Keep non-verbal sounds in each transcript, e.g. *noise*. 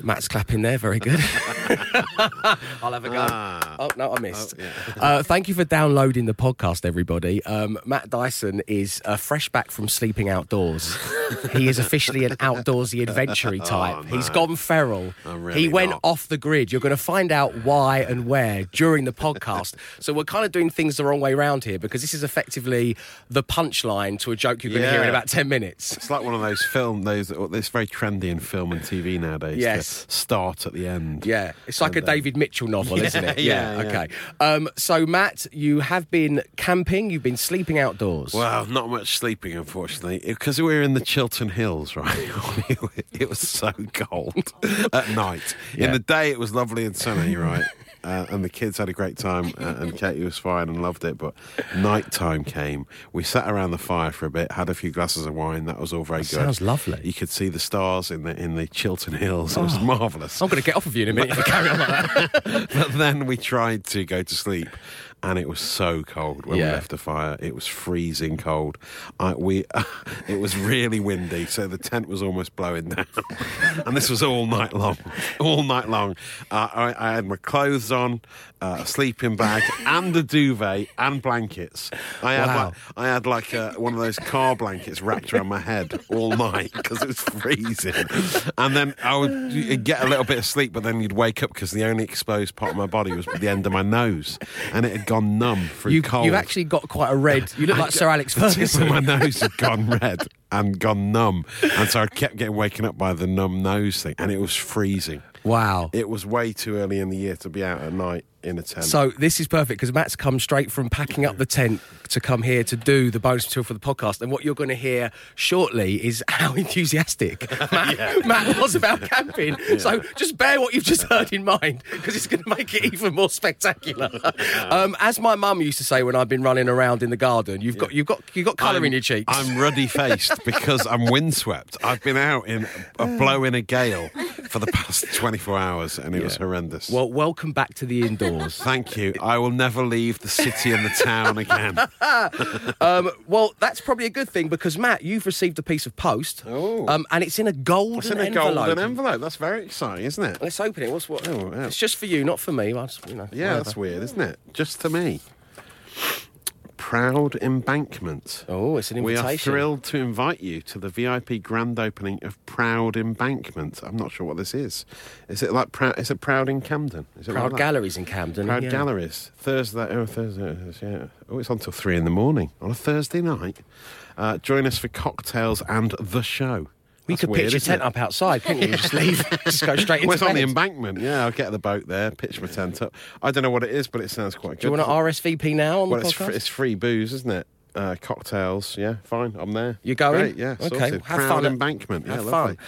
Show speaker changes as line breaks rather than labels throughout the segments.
Matt's clapping there. Very good. *laughs* I'll have a go.
Ah.
Oh, no, I missed. uh, thank you for downloading the podcast, everybody. Um, Matt Dyson is uh, fresh back from sleeping
*laughs*
outdoors. he is officially an outdoorsy adventure type. He's gone feral.
I'm
he
Oh, really
went
not.
off the grid. You're going to find out why and where during the podcast. so we're kind of doing things the wrong way around here because this is effectively the punchline to a joke you're going to hear in
Yeah.
about 10 minutes.
It's like one of those film, those it's very trendy in film and TV nowadays. to
Yes.
start at the end.
Yeah, it's like a David Mitchell novel, isn't it?
uh, yeah, yeah.
okay. Um, so, Matt, you have been camping, you've been sleeping outdoors.
Well, not much sleeping, unfortunately, because we were in the Chiltern Hills, right? *laughs* it was so cold at night.
Yeah.
In the day, it was lovely and sunny, right? *laughs* Uh, and the kids had a great time, uh, and Katie was fine and loved it. But night time came. We sat around the fire for a bit, had a few glasses of wine. That was all very good.
sounds lovely. Oh.
You could see the stars in the in the Chiltern Hills. It was marvelous.
I'm going to get off of you in a minute if I carry on like
*laughs*
that.
But then we tried to go to sleep, and it was so cold when
Yeah.
we left the fire. It was freezing cold. I, we, *laughs* it was really windy, so the tent was almost blowing down. *laughs* and this was all night long, *laughs* all night long. Uh, I, I had my clothes on, uh, a sleeping bag, *laughs* and a duvet and blankets. I had
Wow.
like, I had like uh one of those car blankets wrapped around my head all night because it was freezing. And then I would you'd get a little bit of sleep, but then you'd wake up because the only exposed part of my body was the end of my nose, and it had gone numb through
You,
cold.
You've actually got quite a red. You look like Sir Alex
*laughs*
Ferguson.
my nose had gone red and gone numb, and so I kept getting waken up by the numb nose thing, and it was freezing.
Wow.
It was way too early in the year to be out at night in a tent.
So this is perfect because Matt's come straight from packing up the tent to come here to do the bonus material for the podcast. And what you're going to hear shortly is *laughs* how
*laughs*
enthusiastic Matt, Matt was about camping. So just bear what you've just heard in mind because it's going to make it even more
*laughs*
spectacular. Um, as my mum used to say when I've been running around in the garden, you've got you've got you've got colour in your cheeks.
I'm ruddy faced because I'm windswept. I've been out in a blow in a gale for the past 24 hours and it was horrendous.
well, welcome back to the
*laughs*
indoors.
thank you. I will never leave the city and the town again.
Um, well, that's probably a good thing because Matt, you've received a piece of post,
Oh.
um, and it's in a golden
It's in a
envelope.
golden envelope. That's very exciting, isn't it?
Let's open it. What's what?
Oh, yeah.
It's just for you, not for me. I just, you know,
Yeah, that's weird, isn't it? Just to me. Proud embankment.
Oh, it's an
We
invitation.
are thrilled to invite you to the VIP grand opening of Proud Embankment. I'm not sure what this is. Is it like Proud? Is it Proud in Camden? Is it like
Proud
that?
galleries in Camden.
Proud
yeah.
Galleries. Thursday. Oh, Thursday. Yeah. Oh, it's on till three in the morning on a Thursday night. Uh, join us for cocktails and the show.
We
That's
could
weird,
pitch a
isn't
tent
it?
up outside, couldn't we? Just leave, *laughs* just go
*laughs*
straight into
Well, it's on the
bed.
embankment. Yeah, I'll get the boat there, pitch my tent up. I don't know what it is, but it sounds quite good.
Do you want to RSVP now on
well,
the
it's,
podcast?
fr- it's free booze, isn't it? Uh, cocktails. Yeah, fine. I'm there.
You're going?
Great, yeah.
Okay,
Sorted.
have
Proud
fun at-
Embankment.
Have
yeah,
fun.
lovely.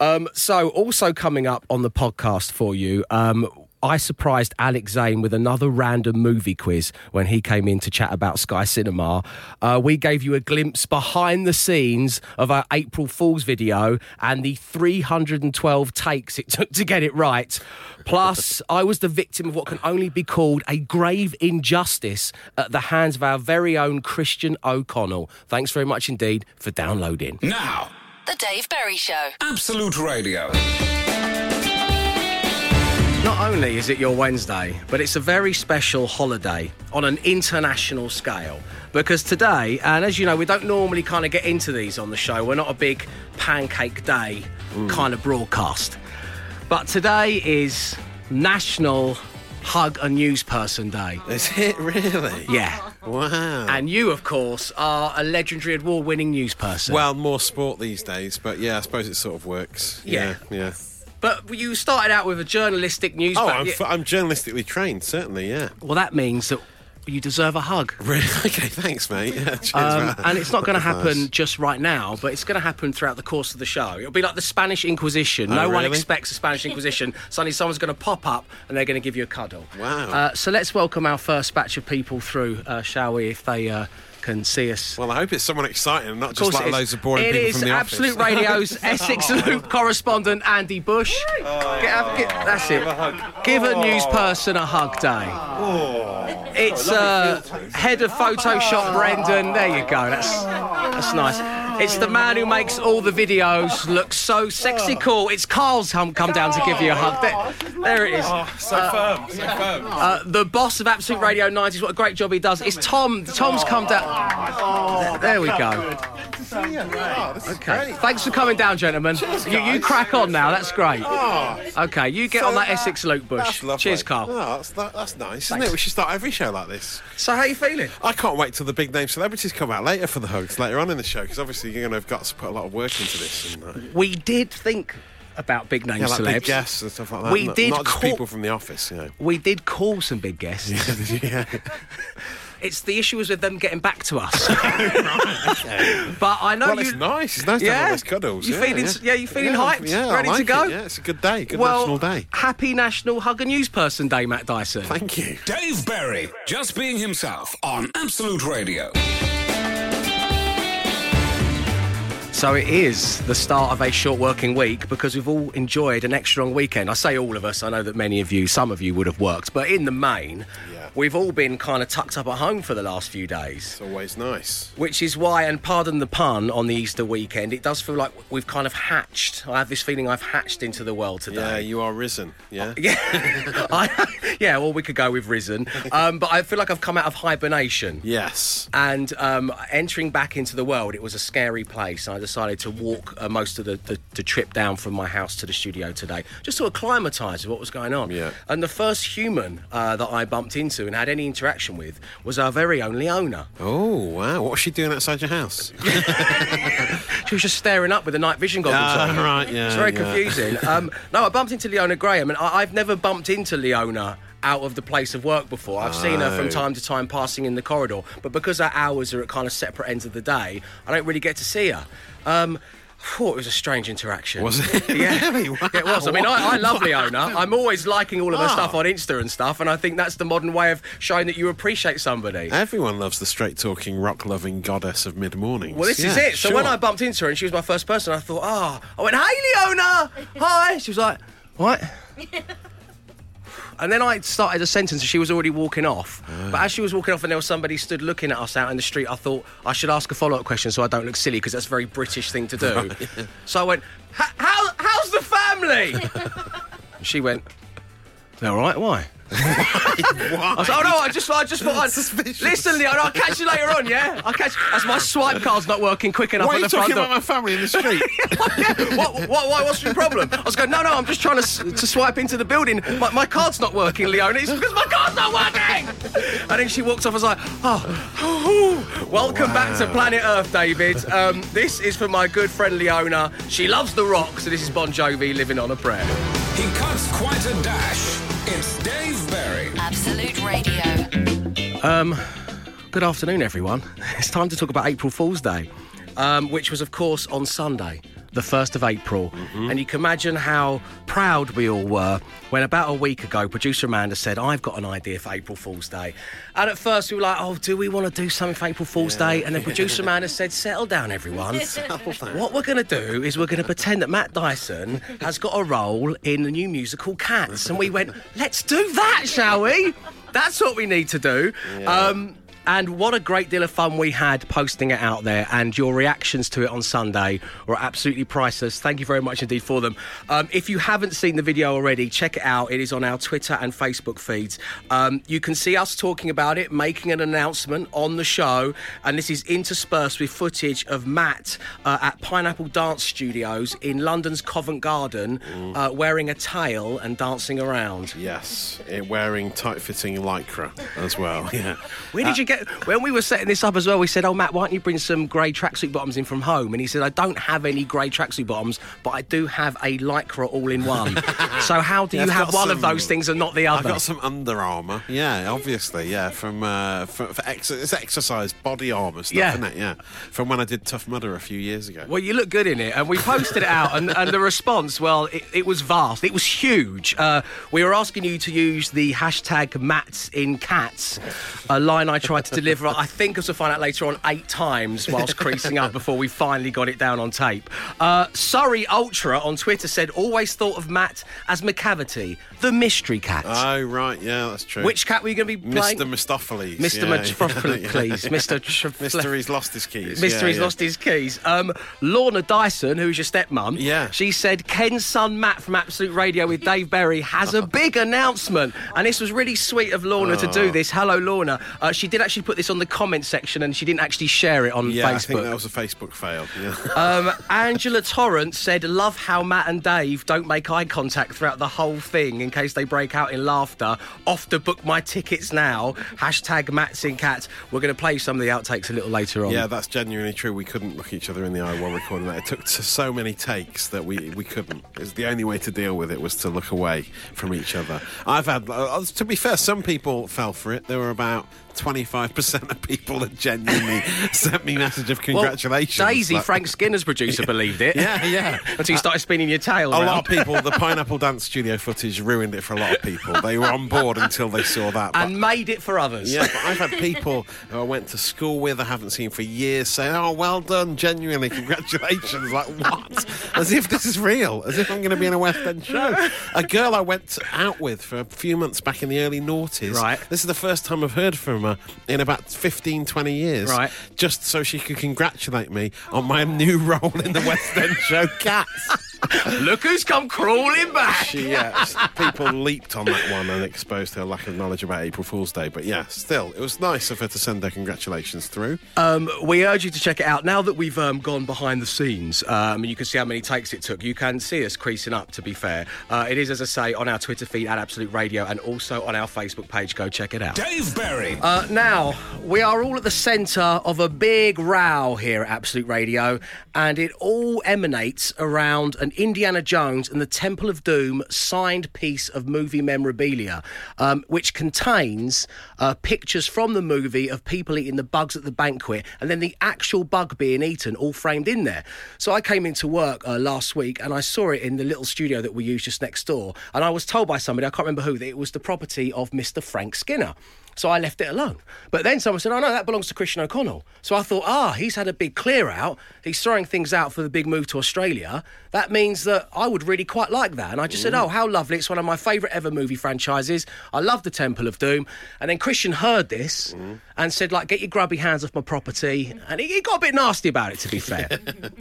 Um, so, also coming up on the podcast for you, um, I surprised Alex Zane with another random movie quiz when he came in to chat about Sky Cinema. Uh, we gave you a glimpse behind the scenes of our April Fool's video and the 312 takes it *laughs* took to get it right.
*laughs*
Plus, I was the victim of what can only be called a grave injustice at the hands of our very own Christian O'Connell. Thanks very much indeed for downloading.
Now,
The Dave Berry Show.
Absolute Radio.
Not only is it your Wednesday, but it's a very special holiday on an international scale. Because today, and as you know, we don't normally kind of get into these on the show, we're not a big pancake day
Mm.
kind of broadcast. But today is National Hug a News Person Day.
Is it really?
*laughs* Yeah.
Wow.
And you, of course, are a legendary award winning news person.
well, more sport these days, but yeah, I suppose it sort of works.
Yeah.
Yeah. yeah.
but you started out with a journalistic news.
Oh, I'm, f am journalistically trained, certainly, yeah.
well, that means that you deserve a hug.
Really? *laughs* Okay, thanks, mate. Yeah, cheers,
Um,
mate.
and it's not going to
That's
happen
nice.
just right now, but it's going to happen throughout the course of the show. It'll be like the Spanish Inquisition. no
Oh,
one
really?
expects the Spanish
*laughs*
Inquisition. Suddenly, someone's going to pop up and they're going to give you a cuddle.
Wow.
Uh, so let's welcome our first batch of people through, uh, shall we? If they uh, can see us.
Well, I hope it's someone exciting, and not
Of
just
course
like
it is.
loads of boring
It
people
is
from the
Absolute
*laughs* office.
Radio's Essex Loop correspondent Andy Bush.
Oh.
Get out- get- that's it. Give a news person a hug day.
Oh.
It's uh, head of Photoshop Brendan. There you go. That's that's nice. It's the man who makes all the videos look so
Oh.
sexy cool. It's Carl's hum come down to give you a hug. There, there it is.
Oh, so firm, so firm.
Uh, the boss of Absolute Radio 90s. What a great job he does. It's Tom. Tom's come down.
Oh.
There- there we go.
Oh,
Okay. Thanks for coming down, gentlemen. You, you crack on now. That's great. Okay, you get
Oh. So
on that
that-
Essex Luke Bush.
That's lovely.
Cheers, Carl.
Oh, that's, that, that's nice, isn't it? We should start every show like this.
So, how you feeling?
I can't wait till the big name celebrities come out later for the hoax later on in the show because obviously you're going to have got to put a lot of work into this. And, uh,
We did think about big name
yeah, like
celebs.
big guests and stuff like that.
We
not,
did
not just
call-
people from the office, you know.
We did call some big guests.
*laughs* yeah.
*laughs* It's the issue is with them getting back to
*laughs*
us. but I know
Well,
Oh, you.
it's nice. It's nice to have all those cuddles.
You
yeah,
feeling?
yeah.
Yeah, you feeling
Yeah,
hyped?
Yeah, I
ready to
like
go?
It. Yeah, it's a good day. Good
well,
national day.
happy National Hug a News Person Day, Matt Dyson.
Thank you.
Dave Berry, just being himself on Absolute Radio.
So it is the start of a short working week because we've all enjoyed an extra long weekend. I say all of us, I know that many of you, some of you would have worked, but in the main,
Yeah.
we've all been kind of tucked up at home for the last few days.
It's always nice.
Which is why, and pardon the pun, on the Easter weekend, it does feel like we've kind of hatched. I have this feeling I've hatched into the world
Yeah,
today.
you are risen. Oh, Yeah.
Yeah, *laughs* I, yeah. Well, we could go with risen, um, but I feel like I've come out of hibernation.
Yes.
And um, entering back into the world, it was a scary place. I decided to walk uh, most of the, the, the trip down from my house to the studio today, just to acclimatise with what was going on.
Yeah.
And the first human uh, that I bumped into and had any interaction with was our very own Leona.
Oh wow! What was she doing outside
*laughs*
your house?
She was just staring up with the night vision goggles
Ah,
on.
right, yeah,
It's very
yeah.
confusing. um, no, I bumped into Leona Graham, and I- I've never bumped into Leona out of the place of work before. I've seen her from
Oh.
time to time passing in the corridor, but because our hours are at kind of separate ends of the day, I don't really get to see her. Um, phew, it was a strange interaction.
Was
*laughs*
it?
Yeah,
*laughs* Really? Ah. Wow.
it was. I mean, I, I love Leona. I'm always liking all of her stuff on Insta and stuff, and I think that's the modern way of showing that you appreciate somebody.
Everyone loves the straight-talking, rock-loving goddess of mid-mornings.
Well, this is
Yeah,
it. So when
sure.
I bumped into her and she was my first person, I thought, ah, I went, hey, Leona, hi. She was like, what? And then I started a sentence and she was already walking off. But as she was walking off and there was somebody stood looking at us out in the street, I thought I should ask a follow up question so I don't look silly because that's a very British thing to
*laughs*
do. so I went, "H- how, how's the family? And she went, they're all right, why?
Why?
I was like, oh no, I just, I just thought I'd. Listen, Leona, I'll catch you later on, yeah? I'll catch As my swipe card's not working quick enough
Why are
on
you
the front
talking
door.
about my family in
*laughs*
the street?
Yeah, what, what, why, what's your problem? I was going, no, no, I'm just trying to, s- to swipe into the building. My, my card's not working, Leona. It's because my card's not working. And then she walked off. I was like, oh, welcome back to planet Earth, David. Um, this is for my good friend Leona. She loves the rock, so this is Bon Jovi living on a prayer.
He cuts quite a dash. It's Dave Berry.
Absolute Radio.
Good afternoon, everyone. *laughs* It's time to talk about April Fool's Day, um, which was, of course, on Sunday, the 1st of April. And you can imagine how proud we all were when, about a week ago, producer Amanda said, I've got an idea for April Fool's Day. And at first, we were like, oh, do we want to do something for April Fool's Day? And then producer Amanda said, settle down, everyone. What we're going to do is we're going to pretend that Matt Dyson has got a role in the new musical Cats. And we went, let's do that, shall we? That's what we need to do. Um, and what a great deal of fun we had posting it out there, and your reactions to it on Sunday were absolutely priceless. Thank you very much indeed for them. Um, if you haven't seen the video already, check it out. It is on our Twitter and Facebook feeds. Um, you can see us talking about it, making an announcement on the show, and this is interspersed with footage of Matt uh, at Pineapple Dance Studios in London's Covent Garden uh, wearing a tail and dancing around.
yes, eh, wearing tight-fitting lycra as well. *laughs* Yeah.
Where
Uh,
did you get? When we were setting this up as well, we said, "Oh, Matt, why don't you bring some grey tracksuit bottoms in from home?" And he said, "I don't have any grey tracksuit bottoms, but I do have a lycra all-in-one.
*laughs*
so how do
Yeah,
you
I've
have
got
one of
some-
those things and not the
I've
other?"
got some Under Armour. Yeah, obviously. Yeah, from uh, for, for ex- it's exercise body armour stuff,
Yeah.
isn't it? Yeah, from when I did Tough Mudder a few years ago.
Well, you look good in it, and we posted it out, and, and the response, well, it, it was vast. It was huge. Uh, we were asking you to use the hashtag MattsInCats, a line I tried tried to deliver, I think, as we'll find out later on, eight times whilst creasing up before we finally got it down on tape. Uh, Surrey Ultra on Twitter said, always thought of Matt as McCavity, the mystery cat.
Oh, right. Yeah, that's true.
Which cat were you going to be playing?
Mr. Mistopheles.
Mr.
yeah.
Metropolis,
*laughs*
please. Mr. Tre-
Mr. He's lost his keys.
Mr.
Yeah,
He's
yeah.
lost his keys. Um, Lorna Dyson, who's your stepmom,
Yeah.
she said Ken's son Matt from Absolute Radio with Dave Berry has a big announcement, and this was really sweet of Lorna to
Oh.
do this. Hello, Lorna. Uh, she did actually put this on the comment section, and she didn't actually share it on
Yeah, I think that
Facebook.
was a Facebook fail. Yeah.
Um, Angela Torrance said, "Love how Matt and Dave don't make eye contact throughout the whole thing in case they break out in laughter." Off to book my tickets now. Hashtag Matt's in Cats. We're going to play some of the outtakes a little later on.
yeah, that's genuinely true. We couldn't look each other in the eye while recording that. It took t- so many takes that we, we couldn't. It's the only way to deal with it was to look away from each other. I've had, uh, to be fair, some people fell for it. There were about 25% of people that genuinely *laughs* sent me message of
Well,
congratulations.
Daisy,
Like-
Frank Skinner's producer, believed *laughs* it.
Yeah, yeah.
Until you started spinning your tail.
A
around.
lot of people, the Pineapple Dance Studio footage ruined it for a lot of people. They were on board until they saw that. but-
And made it for others.
yeah, but I've had people who I went to school with, I haven't seen for years, saying, "Oh, well done, genuinely, congratulations!" Like what? As if this is real. As if I'm going to be in a West End show. A girl I went out with for a few months back in the early noughties.
Right.
This is the first time I've heard from her in about 15, 20 years.
Right.
Just so she could congratulate me on my new role in the West End show, Cats.
*laughs* Look who's come crawling back.
*laughs* She, yeah, s- people leaped on that one and exposed her lack of knowledge about April Fool's Day. But yeah, still, it was nice of her to send her congratulations through.
Um, we urge you to check it out. Now that we've um, gone behind the scenes, um, you can see how many takes it took. You can see us creasing up, to be fair. Uh, it is, as I say, on our Twitter feed at Absolute Radio and also on our Facebook page. Go check it out.
Dave Berry.
Uh, now, we are all at the centre of a big row here at Absolute Radio, and it all emanates around an Indiana Jones and the Temple of Doom signed piece of movie memorabilia, um, which contains uh, pictures from the movie of people eating the bugs at the banquet and then the actual bug being eaten, all framed in there. So I came into work uh, last week and I saw it in the little studio that we use just next door, and I was told by somebody, I can't remember who, that it was the property of Mr. Frank Skinner. So I left it alone. But then someone said, oh no, that belongs to Christian O'Connell. So I thought, ah, he's had a big clear out. He's throwing things out for the big move to Australia. That means that I would really quite like that. And I just said, oh, how lovely. It's one of my favourite ever movie franchises. I love The Temple of Doom. And then Christian heard this and said, like, get your grubby hands off my property. And he, he got a bit nasty about it, to be fair.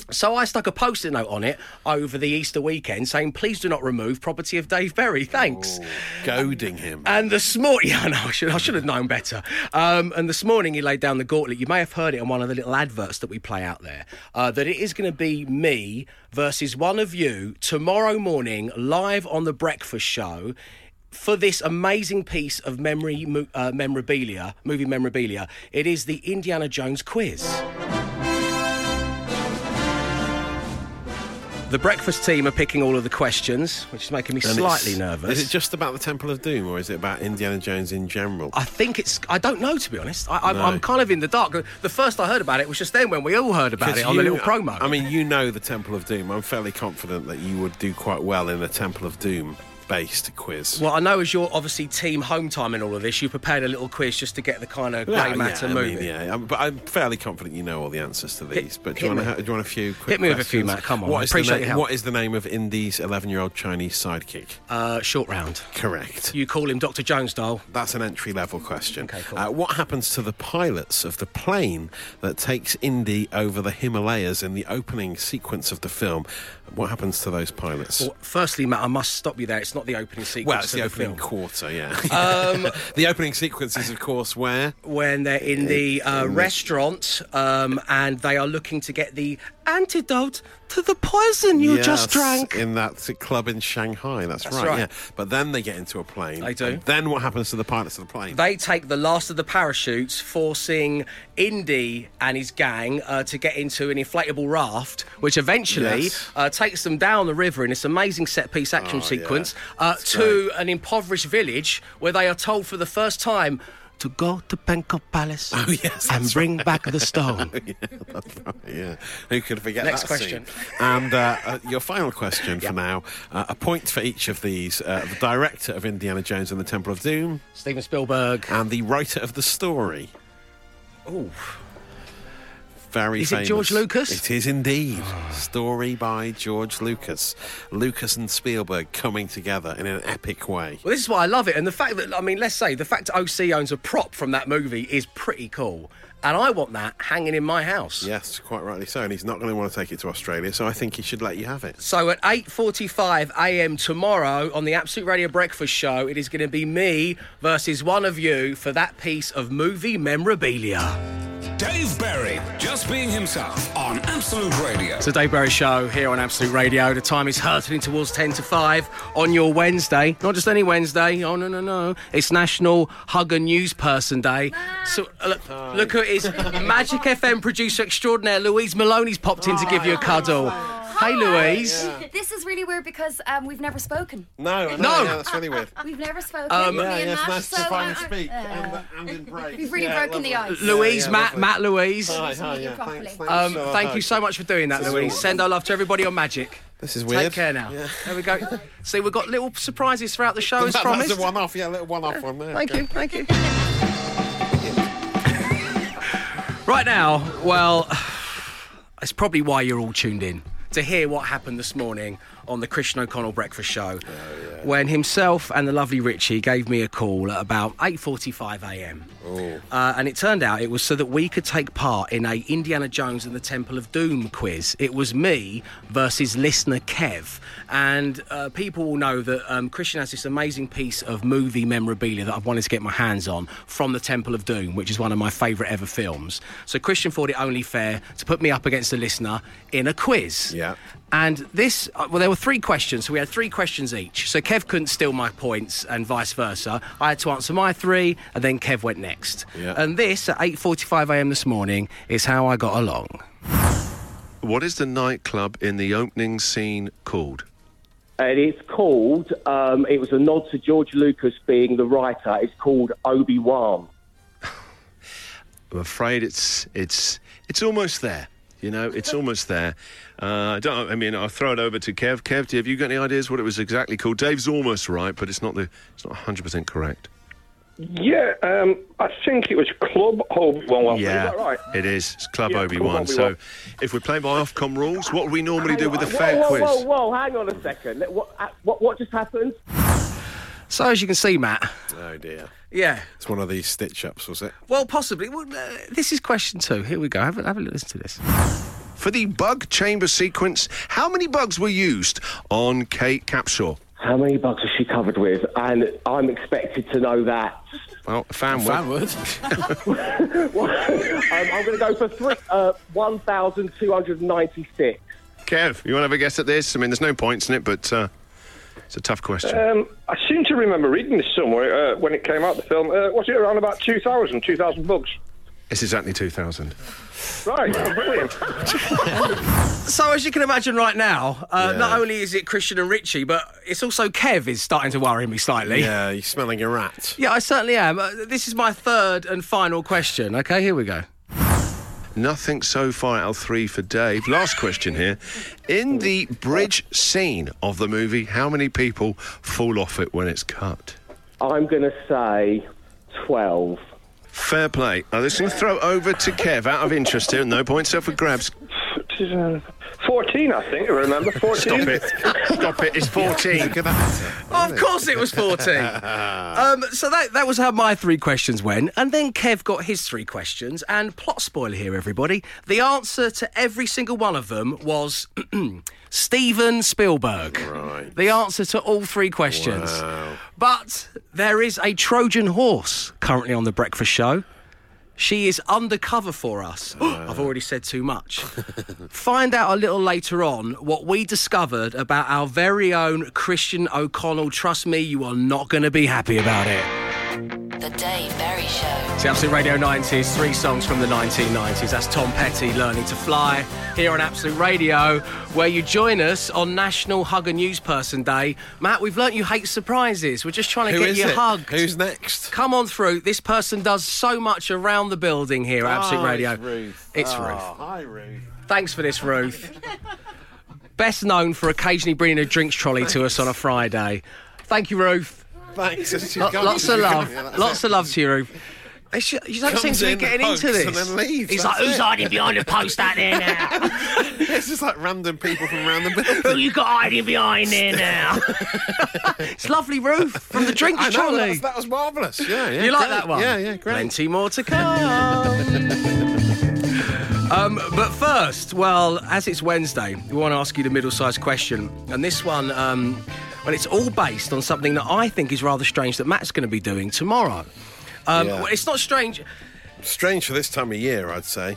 so I stuck a post it note on it over the Easter weekend saying, please do not remove property of Dave Berry. Thanks.
Goading him.
And this morning, *laughs* yeah, I know, I should, I should have known better. Um, and this morning, he laid down the gauntlet. You may have heard it on one of the little adverts that we play out there uh, that it is going to be me versus one of you tomorrow morning, live on the breakfast show. For this amazing piece of memory mo- uh, memorabilia, movie memorabilia, it is the Indiana Jones quiz. The breakfast team are picking all of the questions, which is making me
And it's-
slightly nervous.
Is it just about the Temple of Doom, or is it about Indiana Jones in general?
I think it's. I don't know to be honest. I, I'm,
No.
I'm kind of in the dark. The first I heard about it was just then when we all heard about
'Cause
it on the
you-
little promo.
I mean, you know the Temple of Doom. I'm fairly confident that you would do quite well in a Temple of Doom based quiz.
well, I know as you're obviously team home time in all of this, you prepared a little quiz just to get the kind of
Yeah,
grey matter
yeah, I mean,
moving.
yeah, I'm, but I'm fairly confident you know all the answers to these. but do you,
hit
want
me.
a, do you want a few quick
Hit me with a few,
questions?
Matt, come on, I
What is,
appreciate
the
your
name,
help.
what is the name of Indy's 11 year old Chinese sidekick?
Uh, short round.
Correct.
You call him Dr. Jones, doll.
That's an entry level question.
Okay, cool.
uh, what happens to the pilots of the plane that takes Indy over the Himalayas in the opening sequence of the film? What happens to those pilots?
Well, firstly, Matt, I must stop you there. It's not the opening sequence.
Well, it's
to
the opening
film. Um,
quarter, yeah. *laughs* the opening sequence is, of course, where
When they're in the uh, restaurant um, and they are looking to get the antidote to the poison you just
Yes,
drank.
in that club in Shanghai. That's, right,
right.
Yeah, but then they get into a plane.
They do.
and then what happens to the pilots of the plane?
They take the last of the parachutes, forcing Indy and his gang uh, to get into an inflatable raft, which eventually
Yes.
uh, takes them down the river in this amazing set piece action
Oh,
sequence
yeah.
uh,
That's
to an impoverished village where they are told for the first time to go to Penco Palace
Oh, yes,
and
that's
bring back the stone.
*laughs* *laughs* yeah, that's right, yeah. Who could forget
Next
that
question.
scene? And uh, uh, your final question for now. Uh, a point for each of these. Uh, the director of Indiana Jones and the Temple of Doom
Steven Spielberg.
and the writer of the story. oh, very
Is it
famous.
George Lucas?
It is indeed. Story by George Lucas. Lucas and Spielberg coming together in an epic way.
Well, this is why I love it. And the fact that, I mean, let's say the fact OC owns a prop from that movie is pretty cool. And I want that hanging in my house.
Yes, quite rightly so. And he's not going to want to take it to Australia, so I think he should let you have it.
So at 8:45 a.m. tomorrow on the Absolute Radio Breakfast Show, it is going to be me versus one of you for that piece of movie memorabilia.
Dave Berry, just being himself on Absolute Radio.
It's the Dave Berry Show here on Absolute Radio. The time is hurtling towards 10 to 5 on your Wednesday. Not just any Wednesday. Oh no no no! It's National Hug a News Person Day. So uh, look, look who it
*laughs*
is! Magic FM producer extraordinaire Louise Maloney's popped in to give you a cuddle. Hey Louise.
This is really weird because um, we've never spoken. Uh,
No, no,
No. Um,
yeah, that's really weird.
We've never spoken. me
*laughs* yeah,
and
yeah, it's
Matt,
nice
so
to finally
I- I-
speak
uh, *laughs*
and, and embrace.
We've really
Yeah,
broken the
lovely.
ice.
Louise,
yeah,
Matt,
lovely.
Matt, Louise.
Hi, hi,
you
yeah,
properly.
thanks, thanks
Um,
for-
thank
hi.
you so much for doing that, Louise. Send our love to everybody on Magic.
This is weird.
Take care now.
Yeah.
There we go. See, we've got little surprises throughout the
*laughs*
show, as
That-
promised.
That's a one-off, yeah, a little one-off one there.
Thank you, thank
*laughs*
you. right now, well, *sighs* it's probably why you're all tuned in to hear what happened this morning on the Christian O'Connell Breakfast Show, when himself and the lovely Richie gave me a call at about 8:45 a.m. Uh, and it turned out it was so that we could take part in a Indiana Jones and the Temple of Doom quiz. It was me versus listener Kev, and uh, people will know that um, Christian has this amazing piece of movie memorabilia that I've wanted to get my hands on from the Temple of Doom, which is one of my favourite ever films. So Christian thought it only fair to put me up against a listener in a quiz.
Yeah.
And this, uh, well, there were three questions, so we had three questions each. So Kev couldn't steal my points, and vice versa. I had to answer my three, and then Kev went next.
Yeah.
And this, at 8:45 a.m. this morning, is how I got along.
What is the nightclub in the opening scene called?
and it's called. Um, it was a nod to George Lucas being the writer. It's called Obi Wan.
I'm afraid it's it's it's almost there. You know,
*laughs*
it's almost there. Uh, I don't. I mean, I'll throw it over to Kev. Kev, do- have you got any ideas what it was exactly called? Dave's almost right, but it's not the. It's not 100 percent correct.
Yeah, um, I think it was Club Obi Wan. Well,
yeah,
is that right?
it is. It's Club
Yeah,
Obi
Club
Wan.
Obi-Wan.
So, if we're playing by Ofcom rules, what do we normally do with a
whoa,
fair
whoa,
quiz?
Whoa, whoa, hang on a second. Let- What, uh, what, what just happened?
So as you can see, Matt.
Oh dear.
Yeah.
It's one of these stitch-ups, was it?
Well, possibly. Well, uh, this is question two. Here we go. Have a, have a listen to this.
For the bug chamber sequence, how many bugs were used on Kate Capshaw?
How many bugs is she covered with? And I'm expected to know that.
Well, fan would.
um, I'm going to go for three, uh, 1,296.
Kev, you want to have a guess at this? I mean, there's no points in it, but uh, it's a tough question.
Um, I seem to remember reading this somewhere uh, when it came out, the film. Uh, was it around about 2000, 2000 bugs?
It's exactly 2,000.
Right, oh, brilliant.
So as you can imagine, right now, uh,
Yeah.
not only is it Christian and Richie, but it's also Kev is starting to worry me slightly.
*laughs* Yeah, you're smelling a rat.
Yeah, I certainly am. Uh, this is my third and final question. Okay, here we go.
Nothing so far, L3 for Dave. Last question here. In the bridge scene of the movie, how many people fall off it when it's cut?
I'm going to say 12.
Fair play. Now, this is going to throw over to Kev out of interest here. No points up for grabs.
14, I think, I remember.
*laughs*
14.
Stop it.
*laughs*
Stop it. It's 14.
Look at that.
Of course it was 14. um, so that, that was how my three questions went. And then Kev got his three questions. And plot spoiler here, everybody. The answer to every single one of them was *clears throat* Steven Spielberg.
Right.
The answer to all three questions. But there is a Trojan horse currently on the breakfast show. She is undercover for us. *gasps* I've already said too much. Find out a little later on what we discovered about our very own Christian O'Connell. Trust me, you are not going to be happy about it.
The Dave Berry Show.
It's Absolute Radio 90s, three songs from the 1990s. That's Tom Petty, Learning to Fly, here on Absolute Radio, where you join us on National Hug a News Person Day. Matt, we've learnt you hate surprises. We're just trying to
Who
get
is
*laughs* you
it?
hugged.
Who's next?
Come on through. This person does so much around the building here at Absolute
Oh,
Radio.
It's Ruth.
It's
oh,
Ruth.
Hi, Ruth.
Thanks for this, Ruth. Best known for occasionally bringing a drinks trolley to us on a Friday. Thank you, Ruth.
Thanks. She's
Lo-
gone.
lots of
She's
love.
gone. Yeah, that's
lots
it.
of love to you, Ruth.
They should, you don't seem
Comes
to be
in,
getting
hugs,
into this.
and then leaves.
He's
That's
like, who's
it."
hiding behind the post out there *laughs* now?
It's just like random people from around the
*laughs*
building.
Who you got hiding behind there now? it's lovely roof from
*laughs*
the drink
I know, that
trolley.
was, that was marvellous. Yeah, yeah.
You like
great.
that one?
Yeah, yeah, great.
Plenty more to come.
Um, but first, well, as it's Wednesday, we want to ask you the middle-sized question, and this one, um, well, it's all based on something that I think is rather strange that Matt's going to be doing tomorrow. Um,
Yeah.
well, it's not strange,
Strange for this time of year, I'd say.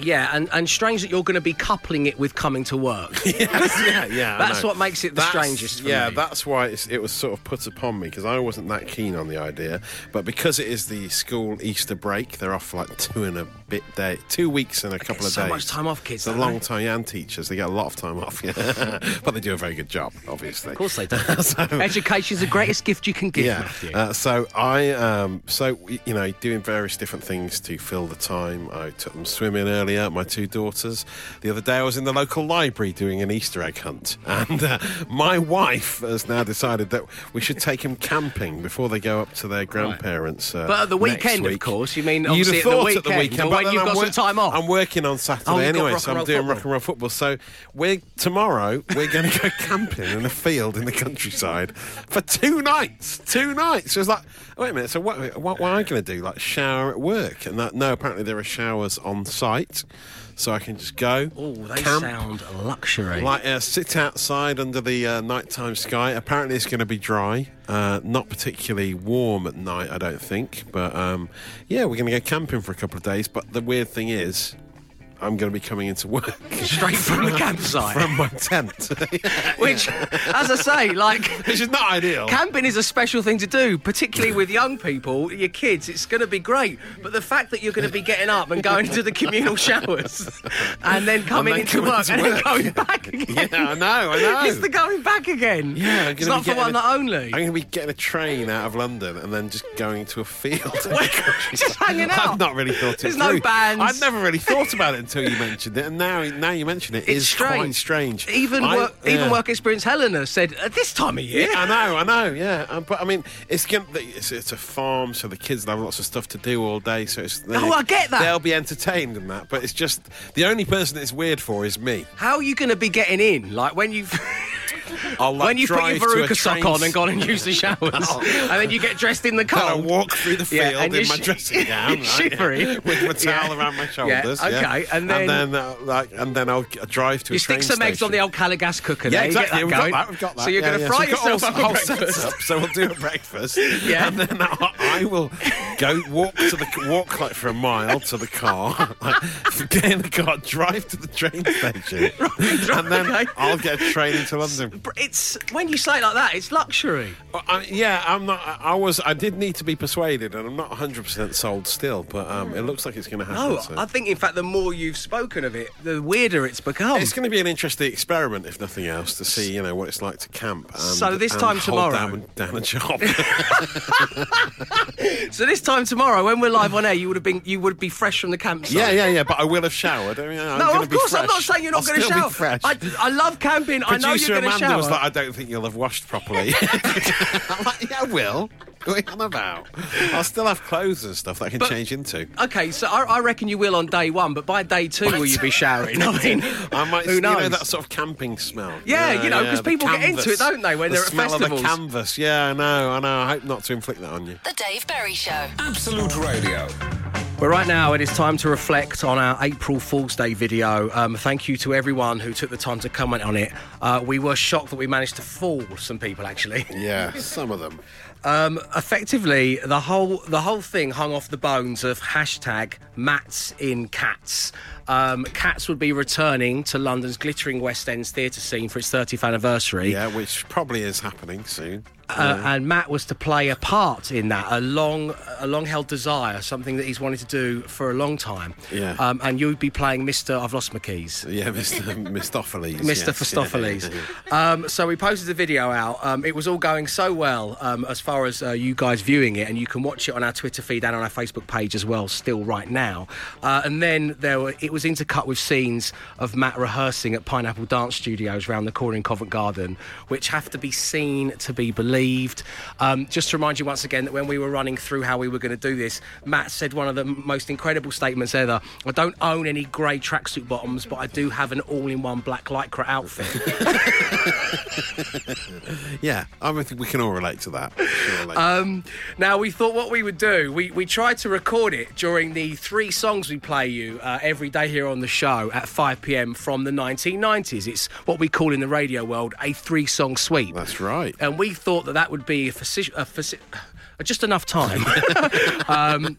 yeah, and, and strange that you're going to be coupling it with coming to work.
*laughs* *laughs* yeah, yeah. I
That's
know.
what makes it the strangest for
yeah,
me.
that's why it's, it was sort of put upon me because I wasn't that keen on the idea. But because it is the school Easter break, they're off for like two and a bit day, two weeks and a couple of
so
days.
much time off, kids,
It's a
don't
long
they?
time. And teachers, they get a lot of time off. *laughs* Yeah, but they do a very good job, obviously.
Of course they
*laughs*
do. *laughs* Education's the greatest gift you can give,
Yeah.
Matthew.
Uh, so I, um, so y- you know, doing various different things to fill the time. I took them swimming earlier. My two daughters. The other day, I was in the local library doing an Easter egg hunt, *laughs* and uh, my wife has now decided that we should take them camping before they go up to their grandparents. Uh,
But at the
next
weekend, of
week.
course, you mean
You'd
obviously
have
at the
thought
weekend, but when
then
you've got some time off.
I'm working on Saturday
Oh, you've got
anyway,
rock
so
and
I'm
roll
doing
football.
rock and roll football. So we're tomorrow we're going to go *laughs* camping in a field in the countryside for two nights. Two nights. It was like, wait a minute. So what? What, what am I going to do? Like shower at work? And that, no, apparently there are showers on site, so I can just go.
Oh, they
camp,
sound luxury.
like uh, sit outside under the uh, nighttime sky. Apparently, it's going to be dry, uh, not particularly warm at night, I don't think. But um, yeah, we're going to go camping for a couple of days. But the weird thing is, I'm going to be coming into work *laughs*
Straight from the campsite.
from my
*laughs*
tent,
which, *laughs* as I say, like
*laughs* which is not ideal.
*laughs* camping is a special thing to do, particularly with young people, your kids. It's going to be great. But the fact that you're going to be getting up and going to the
*laughs*
communal showers and then coming
then
into
coming
work
to
and then
work.
going back again.
*laughs* *laughs* yeah, I know, I know.
*laughs* It's the going back again.
Yeah, I'm
it's
gonna be
not for
getting
one
a-
that only.
I'm going to be getting a train out of London and then just going to a field.
*laughs* Just
*laughs*
hanging out.
I've not really thought it
There's no
through.
bands.
I'd never really thought about it until you mentioned it, and now now you mention it,
It's
is
strange.
quite strange.
Even
I-
work, even
yeah.
work experience Helena said at this time of year.
Yeah, I know, I know. Yeah, um, but I mean, it's gonna, it's, it's a farm, so the kids have lots of stuff to do all day. So it's
Oh, I get that.
They'll be entertained in that, but it's just the only person it's weird for is me.
How are you going to be getting in? Like when you've.
I'll like,
when you put your
drive to a
Veruca sock
train
on and gone and
*laughs*
used the showers, and then you get dressed in the
Then I
cold.
walk through the
*laughs* Yeah,
field
and
in
you're
my
sh- *laughs*
dressing gown,
you're
right,
shivery.
yeah, *laughs* with my towel
Yeah.
around my shoulders.
Yeah, okay, and then-
uh, like, and then I'll g- drive to
You
a train
stick some eggs on the
station.
old Caligas cooker. there,
Yeah,
you get
exactly.
that
We've
going.
got that. We've got that.
So you're
Yeah,
going to
yeah.
fry
So we've got
yourself *laughs* up.
all-
for
whole
breakfast.
setup. So we'll do a breakfast.
*laughs* Yeah.
And then I, I will go walk to the walk like for a mile to the car, *laughs* like, get in the car, drive to the
*laughs*
train station, and then
okay.
I'll get a train into London.
It's when you say it like that, it's luxury.
Well, I, yeah, I'm not. I, I was. I did need to be persuaded, and I'm not 100 percent sold still. But um, it looks like it's going to happen.
No,
so.
Oh, I think in fact the more you've spoken of it, the weirder it's become.
It's going to be an interesting experiment, if nothing else, to see you know what it's like to camp. And,
So this
and
time
hold
tomorrow-
down, down a job.
*laughs*
*laughs*
So this time tomorrow, when we're live on air, you would have been you would be fresh from the campsite.
yeah, yeah, yeah. But I will have showered. I mean, I'm
No,
gonna
of
be
course I'm not
fresh.
saying you're not
I'll
going to
still be
shower.
fresh.
I, I love camping. I know
Producer
you're going to
Amanda
shower.
was like, "I don't think you'll have washed properly." *laughs* I'm like, "Yeah, I will." What are you on about? I'll still have clothes and stuff that I can change into.
Okay, so I, I reckon you will on day one, but by day two, will you be showering? I mean,
*laughs* I might,
who
you
knows?
know, that sort of camping smell.
Yeah, you know, 'cause
the
people get into it, don't they, when
the
they're at
smell
festivals.
of the canvas. Yeah, I know, I know. I hope not to inflict that on you.
The Dave Berry Show.
Absolute Radio.
But right now, it is time to reflect on our April Fool's Day video. Um, thank you to everyone who took the time to comment on it. Uh, we were shocked that we managed to fool some people, actually. *laughs*
Yeah, some of them.
Um, effectively, the whole the whole thing hung off the bones of hashtag Mats in Cats. Um, Cats would be returning to London's glittering West End's theatre scene for its 30th anniversary.
Yeah, which probably is happening soon.
uh, and Matt was to play a part in that, a long, a long-held desire, something that he's wanted to do for a long time.
Yeah.
Um, and you'd be playing Mr. I've lost my keys.
Yeah, *laughs* Mr. Mistopheles.
Mr.
yes.
Fistopheles. um, so we posted the video out. Um, it was all going so well um, as far as uh, you guys viewing it, and you can watch it on our Twitter feed and on our Facebook page as well, still right now. Uh, and then there were, it was intercut with scenes of Matt rehearsing at Pineapple Dance Studios round the corner in Covent Garden, which have to be seen to be believed. relieved. Um, just to remind you once again that when we were running through how we were going to do this, Matt said one of the m- most incredible statements ever. I don't own any grey tracksuit bottoms, but I do have an all-in-one black lycra outfit.
*laughs* Yeah, I mean, I think we can all relate to that. surely.
Uh, now we thought what we would do. We we tried to record it during the three songs we play you uh, every day here on the show at 5 p.m. from the 1990s. It's what we call in the radio world a three-song sweep.
That's right.
and we thought that that would be a faci- a faci- uh, just enough time *laughs* um,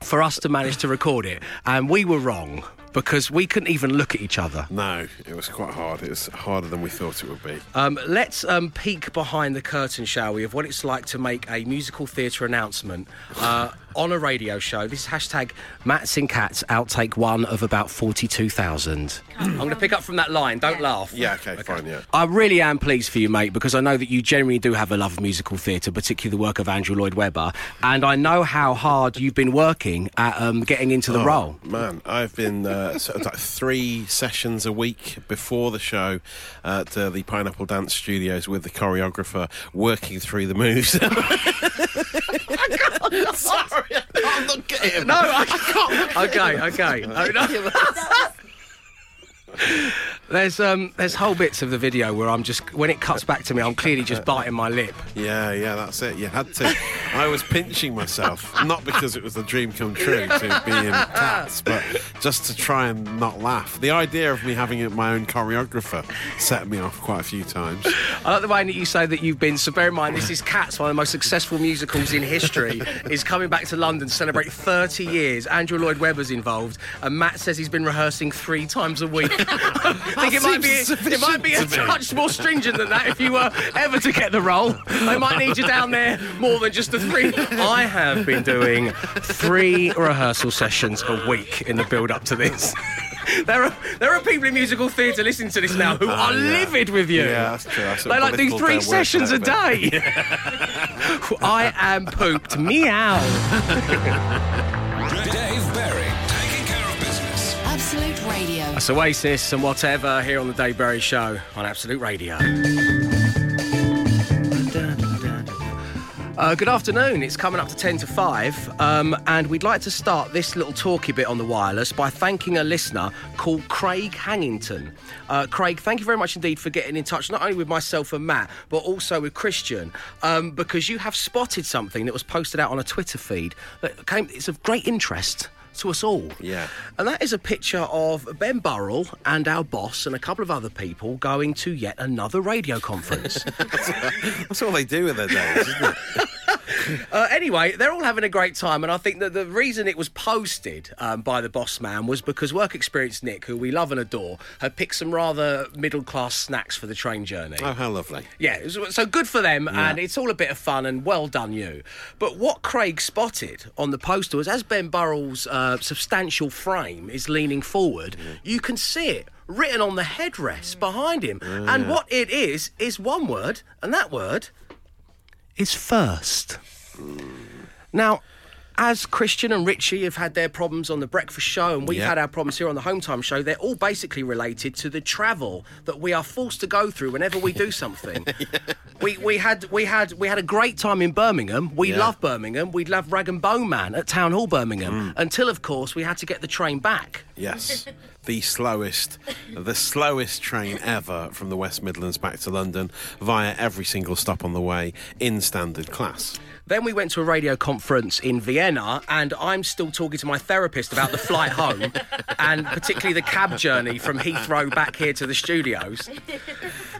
for us to manage to record it. And we were wrong because we couldn't even look at each other.
no, it was quite hard. It was harder than we thought it would be.
Um, let's um, peek behind the curtain, shall we, of what it's like to make a musical theatre announcement uh, on a radio show. This is hashtag Mats and Cats outtake one of about 42,000. I'm going to pick up from that line. Don't laugh.
yeah, okay, fine, yeah.
I really am pleased for you, mate, because I know that you generally do have a love of musical theatre, particularly the work of Andrew Lloyd Webber, and I know how hard you've been working at um, getting into the role.
Man, I've been uh, sort of like three sessions a week before the show at uh, the Pineapple Dance Studios with the choreographer, working through the moves. *laughs* Sorry, I'm not getting him.
No, I can't. okay, okay. Oh, no. *laughs* There's um, there's whole bits of the video where I'm just when it cuts back to me, I'm clearly just biting my lip.
Yeah, yeah, that's it. You had to. I was pinching myself, not because it was a dream come true to be in cats, but just to try and not laugh. The idea of me having my own choreographer set me off quite a few times.
I like the way that you say that you've been. So bear in mind, this is Cats, one of the most successful musicals in history, is coming back to London to celebrate 30 years. Andrew Lloyd Webber's involved, and Matt says he's been rehearsing three times a week. *laughs* I think it might be
seems
it might be a
sufficient to me.
touch more stringent than that if you were ever to get the role. They might need you down there more than just the three. I have been doing three rehearsal sessions a week in the build up to this. There are, there are people in musical theatre listening to this now who are
yeah.
livid with you.
Yeah, that's true. That's sort
They
of
like do
political
three
don't work
sessions a
out, but-
day. *laughs* I am pooped. Meow.
Dave Berry, taking care of business.
Absolute Radio.
That's Oasis and whatever here on the Dave Berry Show on Absolute Radio. Uh, good afternoon. It's coming up to 10 to 5, um, and we'd like to start this little talky bit on the wireless by thanking a listener called Craig Hangington. Uh, Craig, thank you very much indeed for getting in touch, not only with myself and Matt, but also with Christian, um, because you have spotted something that was posted out on a Twitter feed that came, it's of great interest to us all.
Yeah.
And that is a picture of Ben Burrell and our boss and a couple of other people going to yet another radio conference.
That's all they do with their days, isn't it?
Uh, anyway, they're all having a great time, and I think that the reason it was posted um, by the boss man was because work experience Nick, who we love and adore, had picked some rather middle class snacks for the train journey.
Oh, how lovely.
Yeah, it was- so good for them, and it's all a bit of fun, and well done you. But what Craig spotted on the poster was as Ben Burrell's uh, substantial frame is leaning forward, you can see it written on the headrest behind him. and what it is, is one word, and that word is first. Now, as Christian and Richie have had their problems on the breakfast show, and we've
Yeah.
had our problems here on the home time show, they're all basically related to the travel that we are forced to go through whenever we do something. *laughs* we, we had we had we had a great time in Birmingham. We
Yeah.
love Birmingham. We love Rag and Bone Man at Town Hall Birmingham. Until of course we had to get the train back.
Yes. The slowest, the slowest train ever from the West Midlands back to London via every single stop on the way in standard class.
Then we went to a radio conference in Vienna, and I'm still talking to my therapist about the flight home, and particularly the cab journey from Heathrow back here to the studios.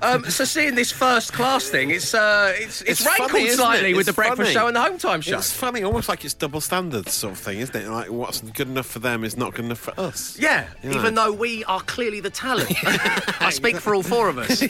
Um, so seeing this first class thing, it's uh, it's, it's,
It's
rankled
funny, isn't it?
slightly with
It's
the breakfast
funny.
show and the home time show.
It's funny, almost like it's double standards sort of thing, isn't it? Like what's good enough for them is not good enough for us.
Yeah, even though we are clearly the talent. I speak for all four of us.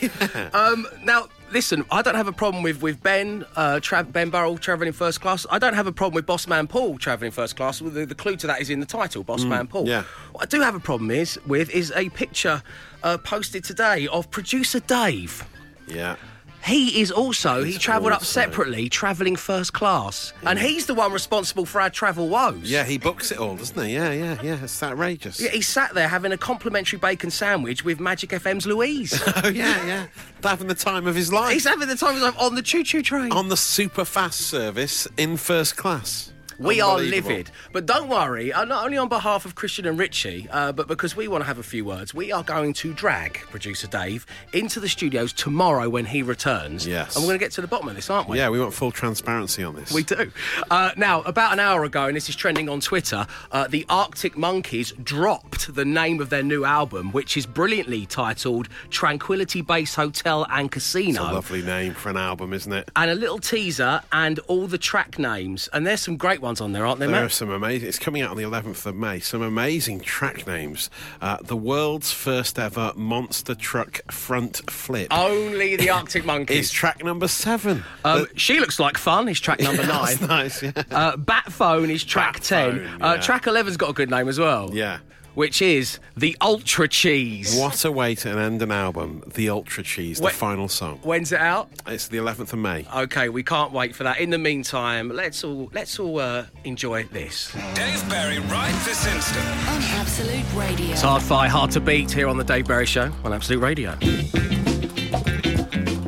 um, now, listen, I don't have a problem with, with Ben, uh, tra- Ben Burrell travelling first class. I don't have a problem with Boss Man Paul travelling first class. Well, The, the clue to that is in the title, Boss Man Paul.
yeah.
What I do have a problem is with is a picture uh, posted today of producer Dave
Yeah.
He is also, he travelled up separately, travelling first class. And he's the one responsible for our travel woes.
Yeah, he books it all, doesn't he? Yeah, yeah, yeah. It's outrageous.
Yeah, He sat there having a complimentary bacon sandwich with Magic FM's
*laughs*
Louise.
Oh, yeah, yeah. Having the time of his life.
he's having the time of his life on the choo choo train.
on the super fast service in first class.
We are
Unbelievable.
livid. But don't worry, uh, not only on behalf of Christian and Richie, uh, but because we want to have a few words, we are going to drag producer Dave into the studios tomorrow when he returns.
Yes.
And we're going to get to the bottom of this, aren't we?
Yeah, we want full transparency on this.
We do. Uh, now, about an hour ago, and this is trending on Twitter, uh, the Arctic Monkeys dropped the name of their new album, which is brilliantly titled Tranquility Base Hotel and Casino.
It's a lovely name for an album, isn't it?
And a little teaser and all the track names. And there's some great ones on there, aren't there,
There
Matt?
are some amazing. It's coming out on the 11th of May. Some amazing track names. Uh, the world's first ever monster truck front flip
Oh, Only the Arctic
is
Monkeys.
track number seven.
um, she looks like fun. Is track number nine.
*laughs* That's nice. Yeah.
Uh, Bat phone is track
Bat
ten.
Phone,
uh,
yeah.
track eleven's got a good name as well.
Yeah.
which is the Ultra Cheese.
What a way to end an album. The Ultra Cheese, the
Wait- Uh,
final song.
When's it out?
It's the 11th of May.
Okay, we can't wait for that. In the meantime, let's all let's all uh, enjoy this.
Dave Berry right this instant.
On Absolute Radio.
It's hard fi, hard to beat here on the Dave Berry Show on Absolute Radio,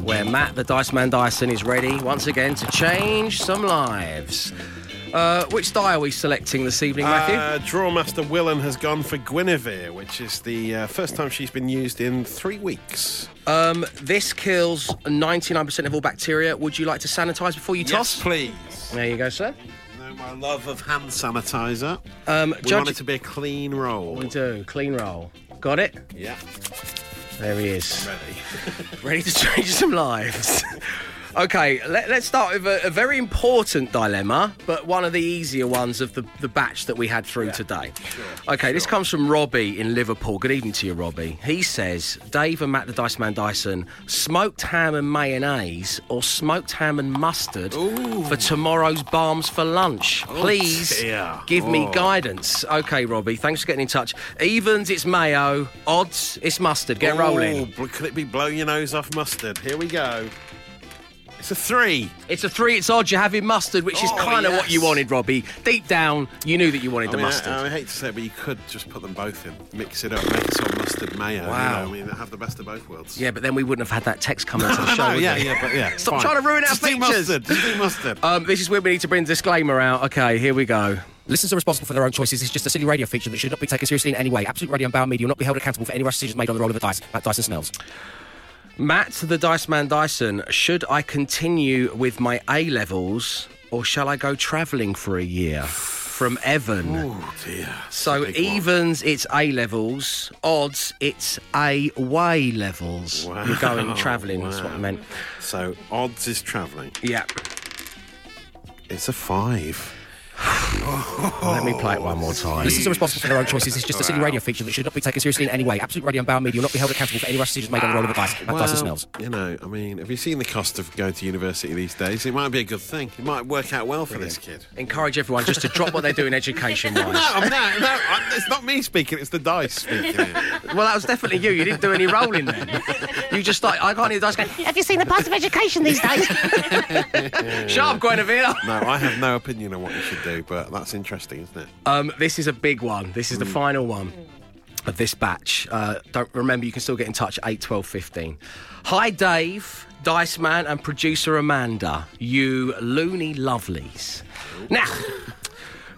where Matt the Dice Man Dyson is ready once again to change some lives. Uh, which die are we selecting this evening, Matthew?
Uh, Drawmaster Willan has gone for Guinevere, which is the uh, first time she's been used in three weeks.
Um, this kills 99% of all bacteria. Would you like to sanitize before you toss?
please.
There you go, sir.
Know my love of hand sanitizer.
Um,
we
judge.
want it to be a clean roll.
We do. Clean roll. Got it?
Yeah.
There he is. Ready. Ready to change some lives. *laughs* okay, let, us start with a, a very important dilemma, but one of the easier ones of the, the batch that we had through today. okay, this comes from Robbie in Liverpool. Good evening to you, Robbie. He says Dave and Matt the Dice Man Dyson, smoked ham and mayonnaise or smoked ham and mustard for tomorrow's Balms for lunch. Please
Oh, dear. Oh.
give me guidance. Okay, Robbie, thanks for getting in touch. Evens, it's mayo. Odds, it's mustard. Get rolling.
Ooh, bl- could it be blow your nose off mustard? Here we go. It's a three.
It's a three, it's odd you're having mustard, which is
Oh,
kind of what you
yes.
wanted, Robbie. Deep down, you knew that you wanted
I
the
mean, uh, I-
mustard.
I, hate to say it, but you could just put them both in, mix it up, make it sort of mustard mayo.
Wow.
You know, I mean, have the best of both worlds.
yeah, but then we wouldn't have had that text come
*laughs*
into the
I
show.
know,
would
yeah,
we?
yeah, but yeah.
Stop
fine.
trying to ruin our
Just do
features.
mustard. Just do mustard.
Um, this is where we need to bring the disclaimer out. Okay, here we go.
Listeners are responsible for their own choices. It's just a silly radio feature that should not be taken seriously in any way. Absolute Radio and Bauer Media will not be held accountable for any rash decisions made on the roll of a dice. Matt Dyson smells.
Matt the Dice Man Dyson, should I continue with my A levels or shall I go travelling for a year? From Evan.
oh dear.
So
It's a big one.
evens, it's A levels. Odds, it's A way levels. You're going travelling. That's what I
wow.
meant.
So odds is travelling.
Yeah.
It's a five.
Let me play it one more time.
Listeners are responsible for their own choices. It's just a silly radio feature that should not be taken seriously in any way. Absolute Radio and Bauer Media will not be held accountable for any rash decisions made on the roll of a dice. Matt Dyson smells.
You know, I mean, have you seen the cost of going to university these days? It might be a good thing. It might work out well for this kid.
Encourage everyone just to drop what they're doing education wise.
No, I'm not. No, I- it's not *laughs* me speaking. It's the dice speaking. here.
*laughs* Well, that was definitely you. You didn't do any rolling then. You just like, I can't hear those
*laughs*
going,
Have you seen the cost of education these days?
shut up, Guinevere.
No, I have no opinion on what you should do, but that's interesting, isn't it?
Um, this is a big one. This is the final one of this batch. Uh, don't remember, you can still get in touch 8, 12, 15. Hi, Dave, Dice Man, and producer Amanda, you loony lovelies. Now,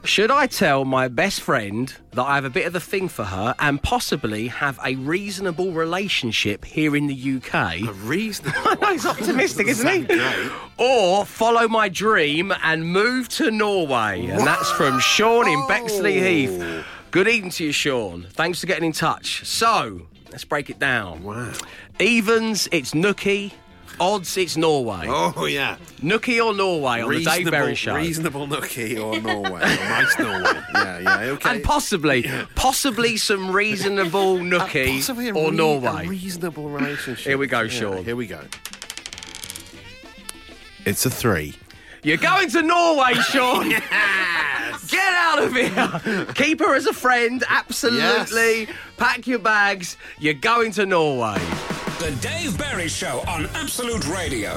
should I tell my best friend that I have a bit of a thing for her and possibly have a reasonable relationship here in the UK?
Reasonable. *laughs*
No, he's optimistic, isn't he?
Great.
Or follow my dream and move to Norway. And that's from Sean in Bexley Heath. Good evening to you, Sean. Thanks for getting in touch. So, let's break it down.
Wow.
Evens, it's Nookie. Odds, it's Norway.
Oh yeah.
Nookie or Norway on the Dave
reasonable,
Berry Show.
reasonable nookie or Norway, or nice Norway. Yeah, yeah. Okay.
And possibly, possibly some reasonable Nookie
Uh, Possibly a
or
rea-
Norway.
A reasonable relationship.
Here we go,
Yeah,
Sean.
Here we go. It's a three.
You're going to Norway,
*laughs*
Sean. Get out of here. Keep her as a friend, absolutely. Pack your bags. You're going to Norway.
The Dave Berry Show on Absolute Radio.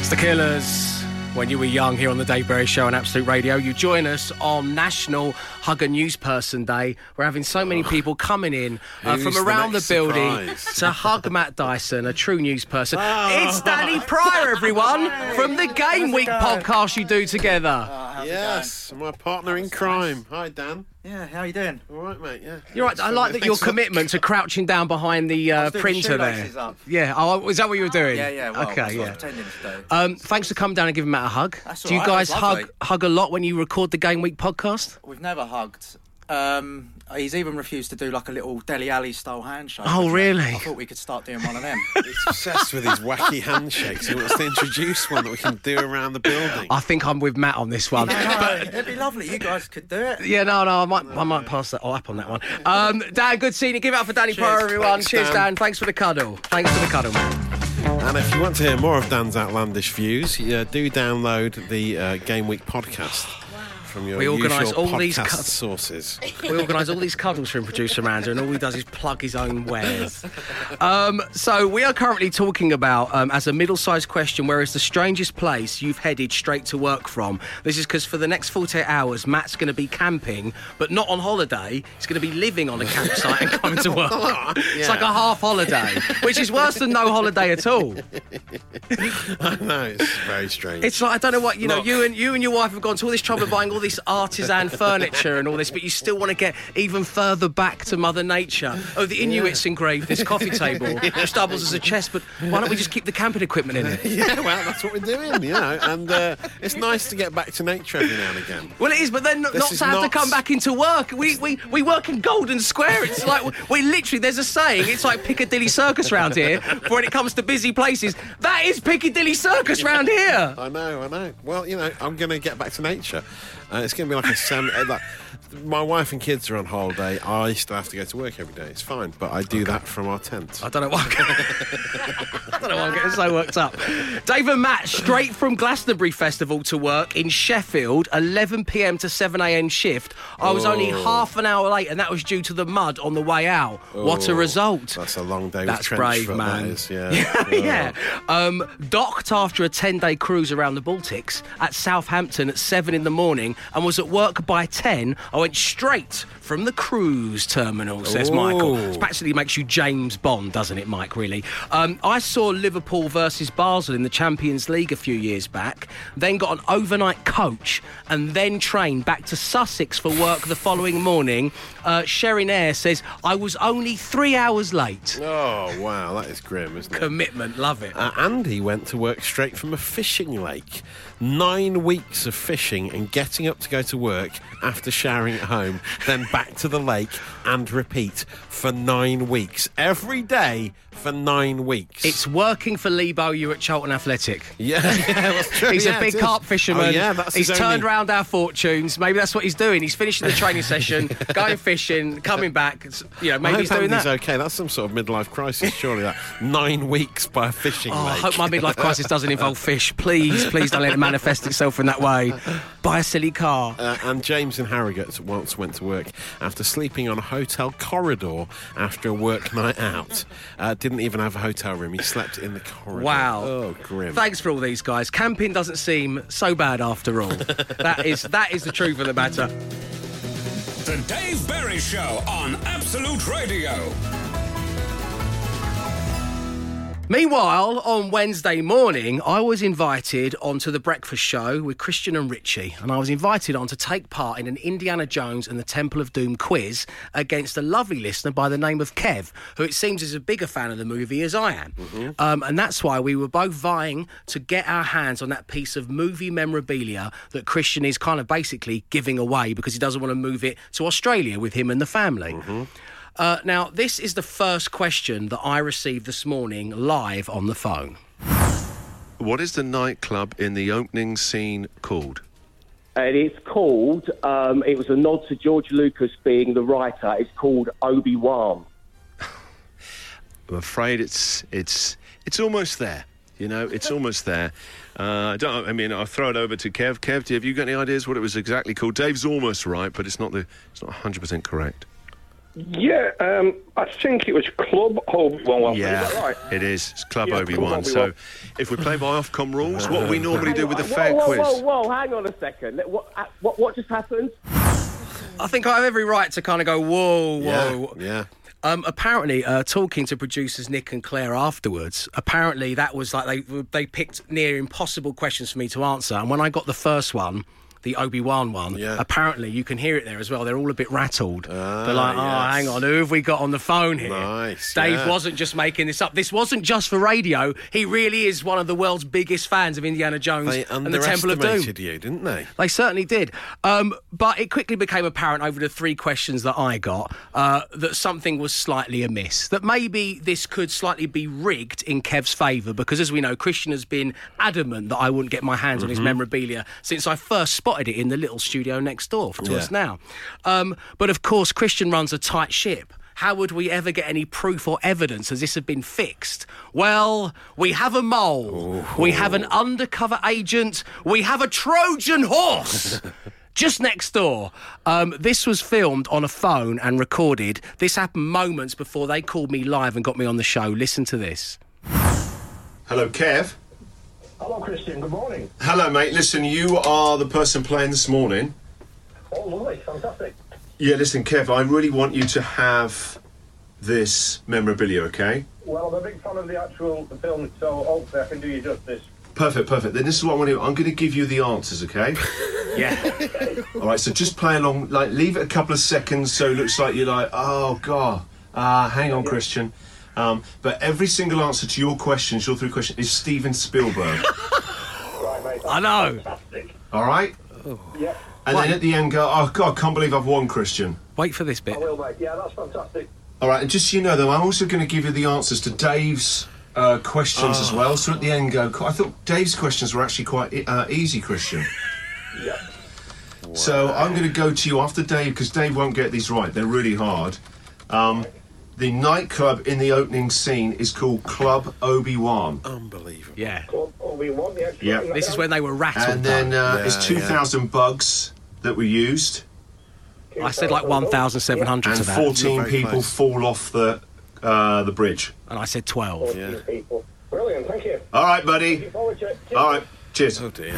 It's the Killers. When you were young here on the Dave Berry Show on Absolute Radio, you join us on National Hug a News Person Day. We're having so many people coming in uh,
Oh. Who's
from
the
around the,
next
building
surprise?
to hug Matt Dyson, a true news person.
Oh.
It's Danny Pryor, everyone,
*laughs*
from the Game Week podcast you do together.
Yes, my partner in crime. Hi, Dan.
*laughs* Yeah, how you doing?
All right, mate. Yeah.
You're right. I like that your
Thanks a lot.
commitment to crouching down behind the uh,
was doing the
printer
shoelaces
there.
up. Ah,
Yeah. Oh, is that what you were doing?
Yeah, yeah. Well,
okay. Yeah.
Pretending today.
Uh,
Um, thanks for coming down and giving Matt a hug.
That's all
Do you
right,
guys
that's
hug
lovely.
hug a lot when you record the Game Week podcast?
We've never hugged. Um, he's even refused to do like a little Deli Alley style handshake.
Oh,
which I-
really?
I thought we could start doing one of
*laughs*
them.
He's obsessed with his wacky handshakes. He wants to introduce one that we can do around the building.
I think I'm with Matt on this one.
but it'd be lovely. You guys could do it.
*laughs* Yeah, no, no, I might, I might pass that oh, up on that one. Um, Dan, good seeing you. Give it up for Danny Pryor, everyone.
Thanks,
Cheers, Dan.
Dan.
Thanks for the cuddle. Thanks for the cuddle, man.
And if you want to hear more of Dan's outlandish views, yeah, do download the uh, Game Week podcast from your
We organise
usual
all these
podcast
cuts.
sources. *laughs*
We organise all these cuddles for him, producer Amanda, and all he does is plug his own wares. Um, so we are currently talking about, um, as a middle-sized question, where is the strangest place you've headed straight to work from? This is because for the next 48 hours, Matt's going to be camping, but not on holiday. He's going to be living on a campsite and coming to work. It's like a half holiday, which is worse than no holiday at all.
I know it's very strange.
It's like I don't know what you know.
Look.
You and you and your wife have gone to all this trouble of buying all this
*laughs*
artisan furniture and all this, but you still want to get even further back to Mother Nature. Oh, the Inuits engraved this
*laughs*
coffee table, which doubles as a chest. But why don't we just keep the camping equipment in
*laughs*
it?
*laughs* yeah, well, that's what we're doing, you know. And uh, it's nice to get back to nature every now and again.
Well, it is, but then not
This
not
is
to have to
not-
come back into work. We, we we work in Golden Square. It's like we- we literally. There's a saying. It's like Piccadilly Circus round here. For when it comes to busy places, that is Piccadilly Circus round here.
I know, I know. Well, you know, I'm going to get back to nature. Uh, it's going to be like a sem- uh, like, My wife and kids are on holiday. I still have to go to work every day. It's fine, but I do that from our tent.
I don't know why. *laughs* I don't know why I'm getting so worked up. Dave and Matt, straight from Glastonbury Festival to work in Sheffield, 11 p.m. to 7 a.m. shift. I was only
Oh.
half an hour late, and that was due to the mud on the way out. what a
Oh,
result!
That's a long day
That's
with trench
brave,
foot,
man.
That is, yeah.
*laughs* yeah. Um, docked after a 10 day cruise around the Baltics at Southampton at 7 in the morning and was at work by 10. I went straight from the cruise terminal, says Michael.
Ooh.
It actually makes you James Bond, doesn't it, Mike, really? Um, I saw Liverpool versus Basel in the Champions League a few years back, then got an overnight coach and then trained back to Sussex for work the following morning. Uh, Sherin Eyre says, I was only three hours late.
Oh, wow. That is grim, isn't it?
Commitment, love it.
Uh, and he went to work straight from a fishing lake. Nine weeks of fishing and getting up to go to work after showering at home, then back to the lake and repeat for nine weeks. Every day for nine weeks.
It's working for Lebo. You're at Charlton Athletic.
*laughs* yeah, yeah, that's true.
He's
*laughs* Yeah,
a
it
big
is.
carp fisherman.
Oh, yeah, that's
he's
his
turned
only-
round our fortunes. Maybe that's what he's doing. He's finishing the
*laughs*
training session, going fishing, coming back. It's- You know,
I
maybe
hope
he's doing
Andy's
that.
okay. That's some sort of midlife crisis, surely. That nine weeks by a fishing
Oh, I
lake.
hope my midlife crisis doesn't involve fish. Please, please don't let it manifest itself in that way. Buy a silly car.
Uh, and James in Harrogate once went to work after sleeping on a hotel corridor after a work night out. Uh, didn't even have a hotel room. He slept in the corridor.
Wow.
Oh, grim.
Thanks for all these guys. Camping doesn't seem so bad after all. that is that is the truth of the matter.
The Dave Berry Show on Absolute Radio.
Meanwhile, on Wednesday morning, I was invited onto the breakfast show with Christian and Richie, and I was invited on to take part in an Indiana Jones and the Temple of Doom quiz against a lovely listener by the name of Kev, who it seems is a bigger fan of the movie as I am. Um, and that's why we were both vying to get our hands on that piece of movie memorabilia that Christian is kind of basically giving away because he doesn't want to move it to Australia with him and the family. Uh, now, this is the first question that I received this morning live on the phone.
What is the nightclub in the opening scene called?
and it's called. Um, it was a nod to George Lucas being the writer. It's called Obi Wan.
I'm afraid it's it's it's almost there. You know, it's almost there. Uh, I don't. I mean, I'll throw it over to Kev. Kev, do you- have you got any ideas what it was exactly called? Dave's almost right, but it's not the. It's not 100 percent correct.
Yeah, um, I think it was Club Obi Wan Welcome.
Yeah,
Is that right?
it is. It's Club
Yeah,
Obi
Club
Wan. So
Obi-Wan.
if we play by Ofcom rules, what we normally do with the
Whoa,
fair
Uh, whoa,
quiz.
Whoa, whoa, hang on a second. What, uh, what, what just happened?
I think I have every right to kind of go, whoa, whoa.
Yeah.
Um, apparently, uh, talking to producers Nick and Claire afterwards, apparently that was like they they picked near impossible questions for me to answer. And when I got the first one, the Obi Wan one, apparently you can hear it there as well. They're all a bit rattled. They're like, oh, hang on, who have we got on the phone here?
Ah, Nice,
Dave
yeah.
wasn't just making this up. This wasn't just for radio. He really is one of the world's biggest fans of Indiana Jones
They
and the Temple of Doom.
underestimated you, didn't they?
They certainly did. Um, but it quickly became apparent over the three questions that I got uh, that something was slightly amiss. That maybe this could slightly be rigged in Kev's favour because, as we know, Christian has been adamant that I wouldn't get my hands on his
Mhm.
memorabilia since I first spotted it in the little studio next door to
Yeah.
us now. Um, but of course, Christian runs a tight ship. How would we ever get any proof or evidence as this had been fixed? Well, we have a mole. We have an undercover agent. We have a Trojan
*laughs*
horse. Just next door. Um, this was filmed on a phone and recorded. This happened moments before they called me live and got me on the show. Listen to this.
Hello, Kev.
Hello, Christian. Good morning.
Hello, mate. Listen, you are the person playing this morning.
Oh, lovely. Fantastic.
Yeah, listen, Kev, I really want you to have this memorabilia, okay?
Well, I'm a big fan of the actual the film, so hopefully I can do you justice.
Perfect, perfect. Then this is what I want to do. I'm going to give you the answers, okay?
Yeah.
All right, so just play along. Like, leave it a couple of seconds so it looks like you're like, oh god, ah, hang on, Christian. Um, but every single answer to your questions, your three questions, is Steven Spielberg.
I know.
All right.
yeah.
And then at the end, go, oh god, I can't believe I've won, Christian.
*laughs* Wait for this bit.
I will, mate. Yeah, that's fantastic.
All right, and just so you know, though, I'm also going to give you the answers to Dave's uh, questions as
Oh.
well. So at the end, go. I thought Dave's questions were actually quite e- uh, easy, Christian.
Yeah.
So I'm going to go to you after Dave because Dave won't get these right. They're really hard. Um, the nightclub in the opening scene is called Club Obi Wan.
Unbelievable.
Yeah.
Oh, we want the extra.
Yeah.
This is when they were rattled.
And then uh,
though.
it's 2,000 bugs that were used.
I said like 1,700
And
to that.
14 people fall off the uh, the bridge.
And I said 12.
people. Brilliant. Thank you.
All right, buddy.
Forward to it.
All right. Cheers.
Oh dear.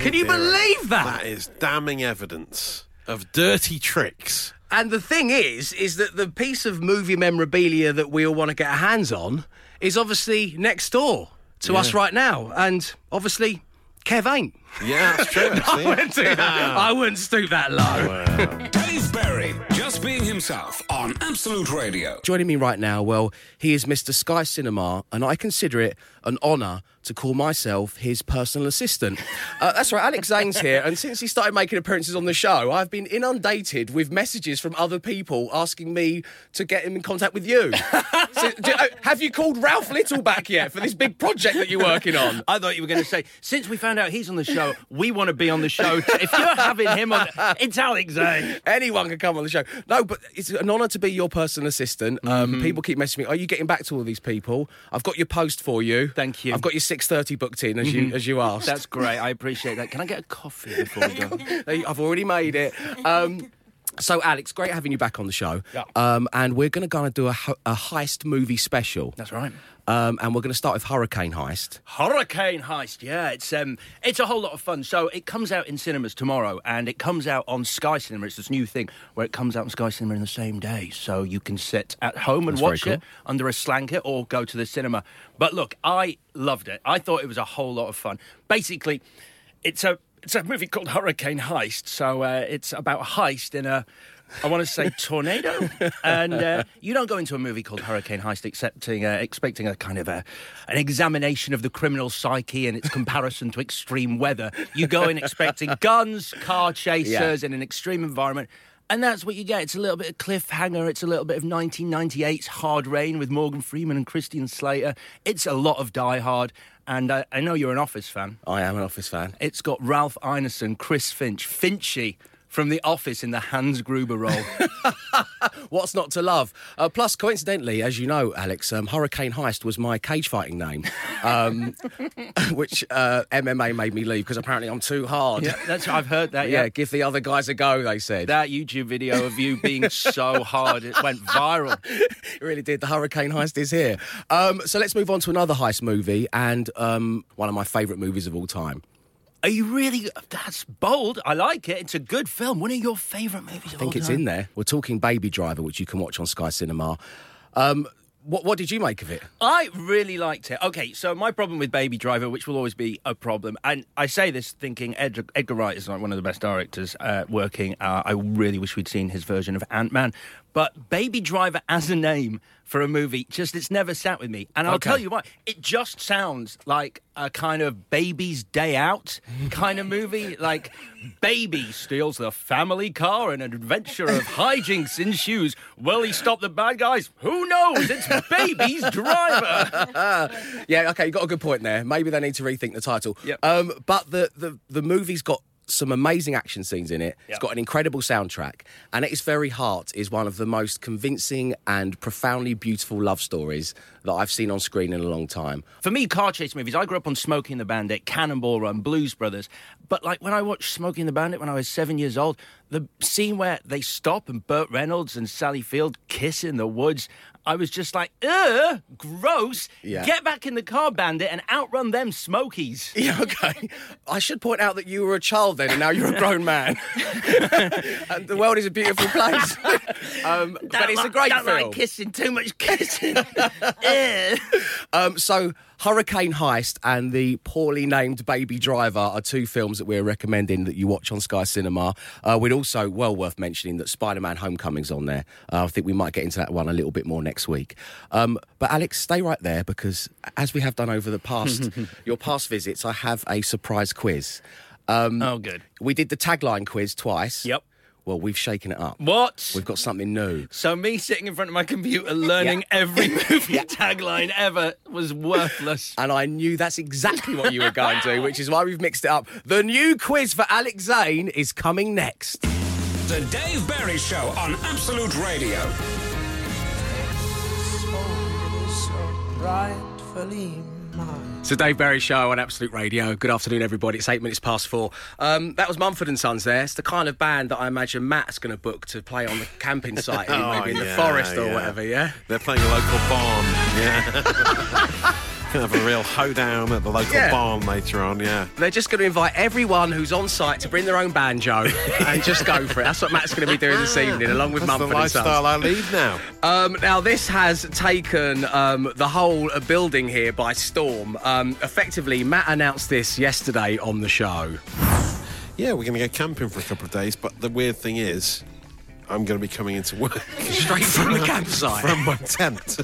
Can you believe that?
That is damning evidence of dirty tricks.
And the thing is, is that the piece of movie memorabilia that we all want to get our hands on is obviously next door to us
Yeah.
right now. And obviously, Kev ain't.
Yeah, that's
*laughs*
true.
I wouldn't do that. I wouldn't stoop that low.
Dave Berry, just being himself on Absolute Radio.
Joining me right now, well, he is Mr. Sky Cinema, and I consider it an honour to call myself his personal assistant. Uh, that's right, Alex Zane's here, and since he started making appearances on the show, I've been inundated with messages from other people asking me to get him in contact with you. So, do- uh, have you called Ralph Little back yet for this big project that you're working on?
I thought you were going to say, since we found out he's on the show, we want to be on the show. too. If you're having him on, it's Alex, eh?
Anyone can come on the show. No, but it's an honour to be your personal assistant. Um,
Mm-hmm.
People keep messaging me. Are you getting back to all these people? I've got your post for you. Thank you. I've got your six thirty booked in as you
Mhm.
as you asked.
That's great. I appreciate that. Can I get a coffee before we go?
*laughs* They- I've already made it. Um, so, Alex, great having you back on the show.
Yeah.
Um, and we're going to go and do a, ho- a heist movie special.
*laughs* That's right.
Um, and we're going to start with Hurricane Heist.
Hurricane Heist, yeah, it's um, it's a whole lot of fun. So it comes out in cinemas tomorrow, and it comes out on Sky Cinema. It's this new thing where it comes out on Sky Cinema in the same day, so you can sit at home and
That's very
watch it
cool.
under a slanker or go to the cinema. But look, I loved it. I thought it was a whole lot of fun. Basically, it's a it's a movie called Hurricane Heist. So uh, it's about a heist in a I want
*laughs*
to say tornado, and uh, you don't go into a movie called Hurricane Heist accepting, uh, expecting a kind of a, an examination of the criminal psyche and its comparison to extreme weather. You go in *laughs* expecting guns, car chasers, in an extreme environment. And that's what you get. It's a little bit of cliffhanger. It's a little bit of 1998's Hard Rain with Morgan Freeman and Christian Slater. It's a lot of Die Hard. And I, I know you're an Office fan.
I am an Office fan.
It's got Ralph Ineson, Chris Finch, Finchy from The Office in the Hans Gruber role.
What's not to love? Uh, plus, coincidentally, as you know, Alex, um, Hurricane Heist was my cage fighting name, um, *laughs* which uh, MMA made me leave because apparently I'm too hard.
Yeah, that's I've heard that.
But
Yeah.
yeah, give the other guys a go. They said
that YouTube video of you being so hard it went viral.
*laughs* it really did. The Hurricane Heist is here. Um, so let's move on to another heist movie and um, one of my favourite movies of all time.
Are you really? That's bold. I like it. It's a good film. One of your favourite movies.
I think it's in there. We're talking Baby Driver, which you can watch on Sky Cinema. Um, what, what did you make of it?
I really liked it. Okay, so my problem with Baby Driver, which will always be a problem, and I say this thinking Edgar, Edgar Wright is like one of the best directors uh, working. Uh, I really wish we'd seen his version of Ant Man, but Baby Driver as a name for a movie just it's never sat with me. And I'll
Okay.
tell you why. It just sounds like a kind of baby's day out kind of movie. Like baby steals the family car in an adventure of hijinks in shoes. Will he stop the bad guys? Who knows? It's baby's driver.
yeah, okay, you got a good point there. Maybe they need to rethink the title.
Yep.
Um, but the, the, the movie's got some amazing action scenes in it. It's
Yep.
got an incredible soundtrack. And at its very heart is one of the most convincing and profoundly beautiful love stories that I've seen on screen in a long time.
For me, car chase movies, I grew up on Smokey and the Bandit, Cannonball Run, Blues Brothers. But like when I watched Smokey and the Bandit when I was seven years old, the scene where they stop and Burt Reynolds and Sally Field kiss in the woods, I was just like, ugh, gross.
Yeah.
Get back in the car, Bandit, and outrun them Smokies.
Yeah, okay. *laughs* I should point out that you were a child then and now you're a grown man. *laughs* and the world is a beautiful place. *laughs* um, but it's a great
don't
film.
like kissing, too much kissing. *laughs*
Um, so, Hurricane Heist and the poorly named Baby Driver are two films that we're recommending that you watch on Sky Cinema. Uh, we'd also, well worth mentioning, that Spider Man Homecoming's on there. Uh, I think we might get into that one a little bit more next week. Um, but, Alex, stay right there because, as we have done over the
*laughs*
past, your past visits, I have a surprise quiz. Um,
oh, good.
We did the tagline quiz twice.
Yep.
Well, we've shaken it up.
What?
We've got something new.
So me sitting in front of
*laughs*
my computer learning every movie tagline ever was worthless.
And I knew that's exactly what you were going to, which is why we've mixed it up. The new quiz for Alex Zane is coming next.
The Dave Berry Show on Absolute Radio.
Rightfully mine.
It's the Dave Berry Show on Absolute Radio. Good afternoon, everybody. It's eight minutes past four. Um, that was Mumford and Sons. There, it's the kind of band that I imagine Matt's going to book to play on the
*laughs*
camping site, in,
Oh,
maybe in
yeah,
the forest or
yeah.
whatever. Yeah.
They're playing a local barn. Yeah. *laughs* Gonna have a real hoedown at the local
Yeah.
barn later on. Yeah.
They're just going to invite everyone who's on site to bring their own
*laughs*
banjo and just go for it. That's what Matt's going to be doing this evening, along with
Ah, That's the
Mumford and Sons.
lifestyle I lead now.
Um, now, this has taken um, the whole uh, building here by storm. Um, effectively, Matt announced this yesterday on the show.
*laughs* Yeah, we're going to go camping for a couple of days, but the weird thing is, I'm going to be coming into work *laughs*
straight from the campsite
from my tent, *laughs*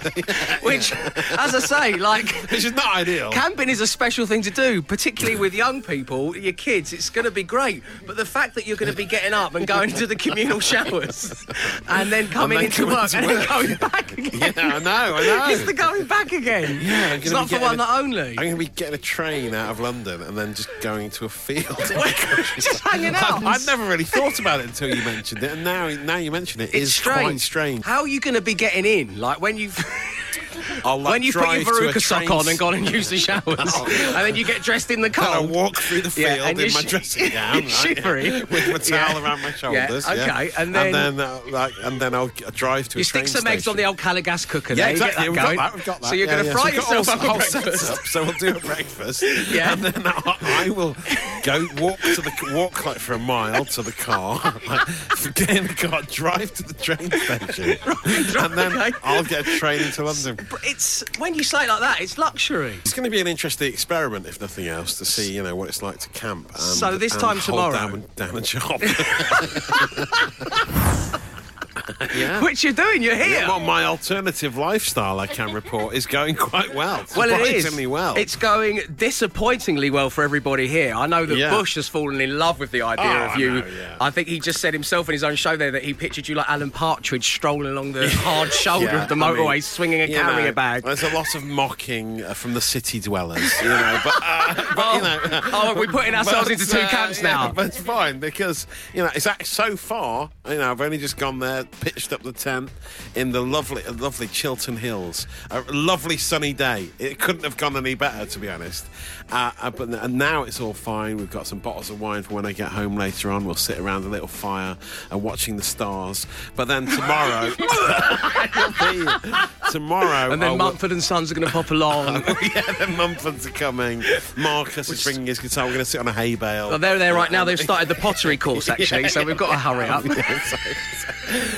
*laughs* which, as I say, like
which is not ideal.
Camping is a special thing to do, particularly with young people, your kids. It's going to be great. But the fact that you're going to be getting up and going to the
*laughs*
communal showers and then coming
then
into
coming
work
to
and then
work.
going back again.
*laughs* Yeah, I know, I know.
*laughs* It's the going back again.
Yeah, I'm
it's
gonna
not
be
for one
getting a-
that only.
I'm going to be getting a train out of London and then just going to a *laughs* field.
Just
*laughs*
hanging out.
I've, I've never really thought about it until you mentioned it, and now now you mention
It's
it, is quite
strange.
strange.
How are you going to be getting in? Like when you've.
I'll, *laughs* like,
when you put your
drive to a
Veruca sock
train
on and gone and used
*laughs*
the showers, and then you get dressed in the
Then I
cold.
walk through the
Um, Yeah,
field
and
in
you're
my
sh- *laughs*
dressing gown,
you're
right,
shivering.
yeah, *laughs* with my towel
Yeah.
around my
Yeah,
shoulders.
okay, and then-
and then uh, like, and then I'll g- drive to.
You
a
stick
train
some eggs on
station.
the old Calagas cooker. there,
Yeah,
you get that
exactly. We've
going.
got that. We've got that.
So you're
yeah,
going to
yeah.
fry
So we've got
yourself
all-
up for
whole
breakfast.
setup, so we'll do a breakfast.
*laughs* Yeah.
And then I, I will go walk to the walk like for a mile to the car, *laughs* like, get in the car, drive to the
*laughs*
train station, and then I'll get a train into London.
But It's when you say it like that, it's luxury.
It's going to be an interesting experiment, if nothing else, to see you know what it's like to camp. And,
So this
and
time *laughs*
hold
tomorrow-
down, down a job. yeah.
Which you're doing, you're here.
Yeah, well, my alternative lifestyle, I can report, is going quite well.
Well, it is.
Surprisingly well.
It's going disappointingly well for everybody here. I know that
Yeah.
Bush has fallen in love with the idea
Oh,
of
I
you.
know, yeah.
I think he just said himself in his own show there that he pictured you like Alan Partridge strolling along
*laughs*
the hard shoulder
Yeah,
of the
I
motorway,
mean,
swinging a
you
carrier
know,
bag.
There's a lot of mocking uh, from the city dwellers, you know. But, uh, but you know,
oh, we're putting ourselves into two camps now.
*laughs* But it's fine because you know it's act- so far. You know, I've only just gone there, pitched up the tent in the lovely, uh, lovely Chiltern Hills. A lovely sunny day. It couldn't have gone any better, to be honest. Uh, uh, but and now it's all fine. We've got some bottles of wine for when I get home later on. We'll sit around a little fire and watching the stars. But then
*laughs*
tomorrow, *laughs* tomorrow,
And then
I will-
Mumford and Sons are going to pop along.
*laughs* yeah, the Mumfords are coming. Marcus is bringing his guitar. We're going to sit on a hay bale.
Well, Oh, they're there right now. They've started the pottery course, actually,
Yeah.
so we've got to hurry up.
*laughs* yeah, so, so-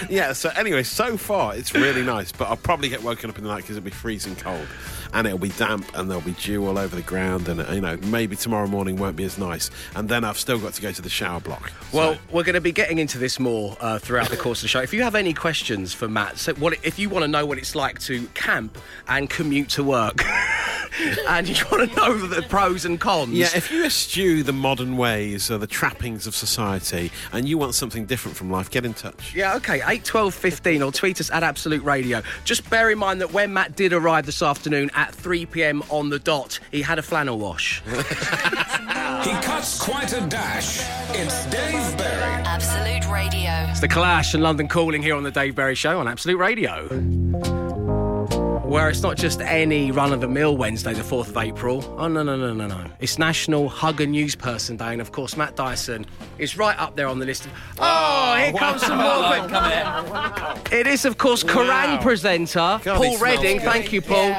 *laughs* yeah, so anyway, so far it's really nice, but I'll probably get woken up in the night because it'll be freezing cold and it'll be damp and there'll be dew all over the ground and, you know, maybe tomorrow morning won't be as nice. And then I've still got to go to the shower block.
Well, we're going to be getting into this more uh, throughout the course of the show. If you have any questions for Matt, so what, if you want to know what it's like to camp and commute to work, *laughs* and you want to know the pros and cons,
Yeah, if you eschew the modern ways or the trappings of society and you want something different from life, get in touch.
Yeah, okay, 8, 12, 15, or tweet us at Absolute Radio. Just bear in mind that when Matt did arrive this afternoon at 3 pm on the dot, he had a flannel wash.
He cuts quite a dash. It's Dave Berry.
Absolute Radio.
It's the Clash and London Calling here on the Dave Berry Show on Absolute Radio. Where it's not just any run of the mill Wednesday, the 4th of April. Oh, no, no, no, no, no. It's National Hug a News Person Day, and of course, Matt Dyson is right up there on the list. Of, oh, here comes some more.
Oh,
quick- It is, of course, Kerrang presenter Paul
he smells
Redding.
good.
Thank you, Paul.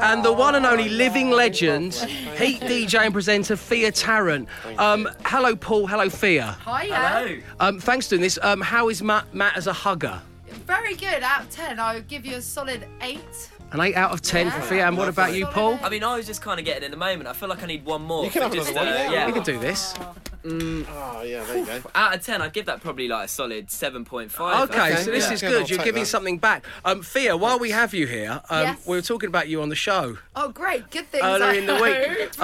And the one and only living legend, Heat DJ and presenter Thea Tarrant. Um, hello, Paul. Hello, Thea.
Hi,
Um, thanks for doing this. Um, how is Matt, Matt as a hugger?
Very good. Out of 10, I would give you a solid 8.
An 8 out of 10 for Thea. And what about you, Paul?
I mean, I was just kind of getting in the moment. I feel like I need one more.
You can
for
have another
just,
one, yeah.
yeah.
You can do this.
Oh, yeah, there you go.
Out of 10, I'd give that probably like a solid 7.5.
Okay, so this is good. You're giving something back. Um, Thea, while we have you here, um,
Yes.
we were talking about you on the
*laughs*
show.
Oh, great. Good things.
Earlier
I
in the
hope. *laughs*
week,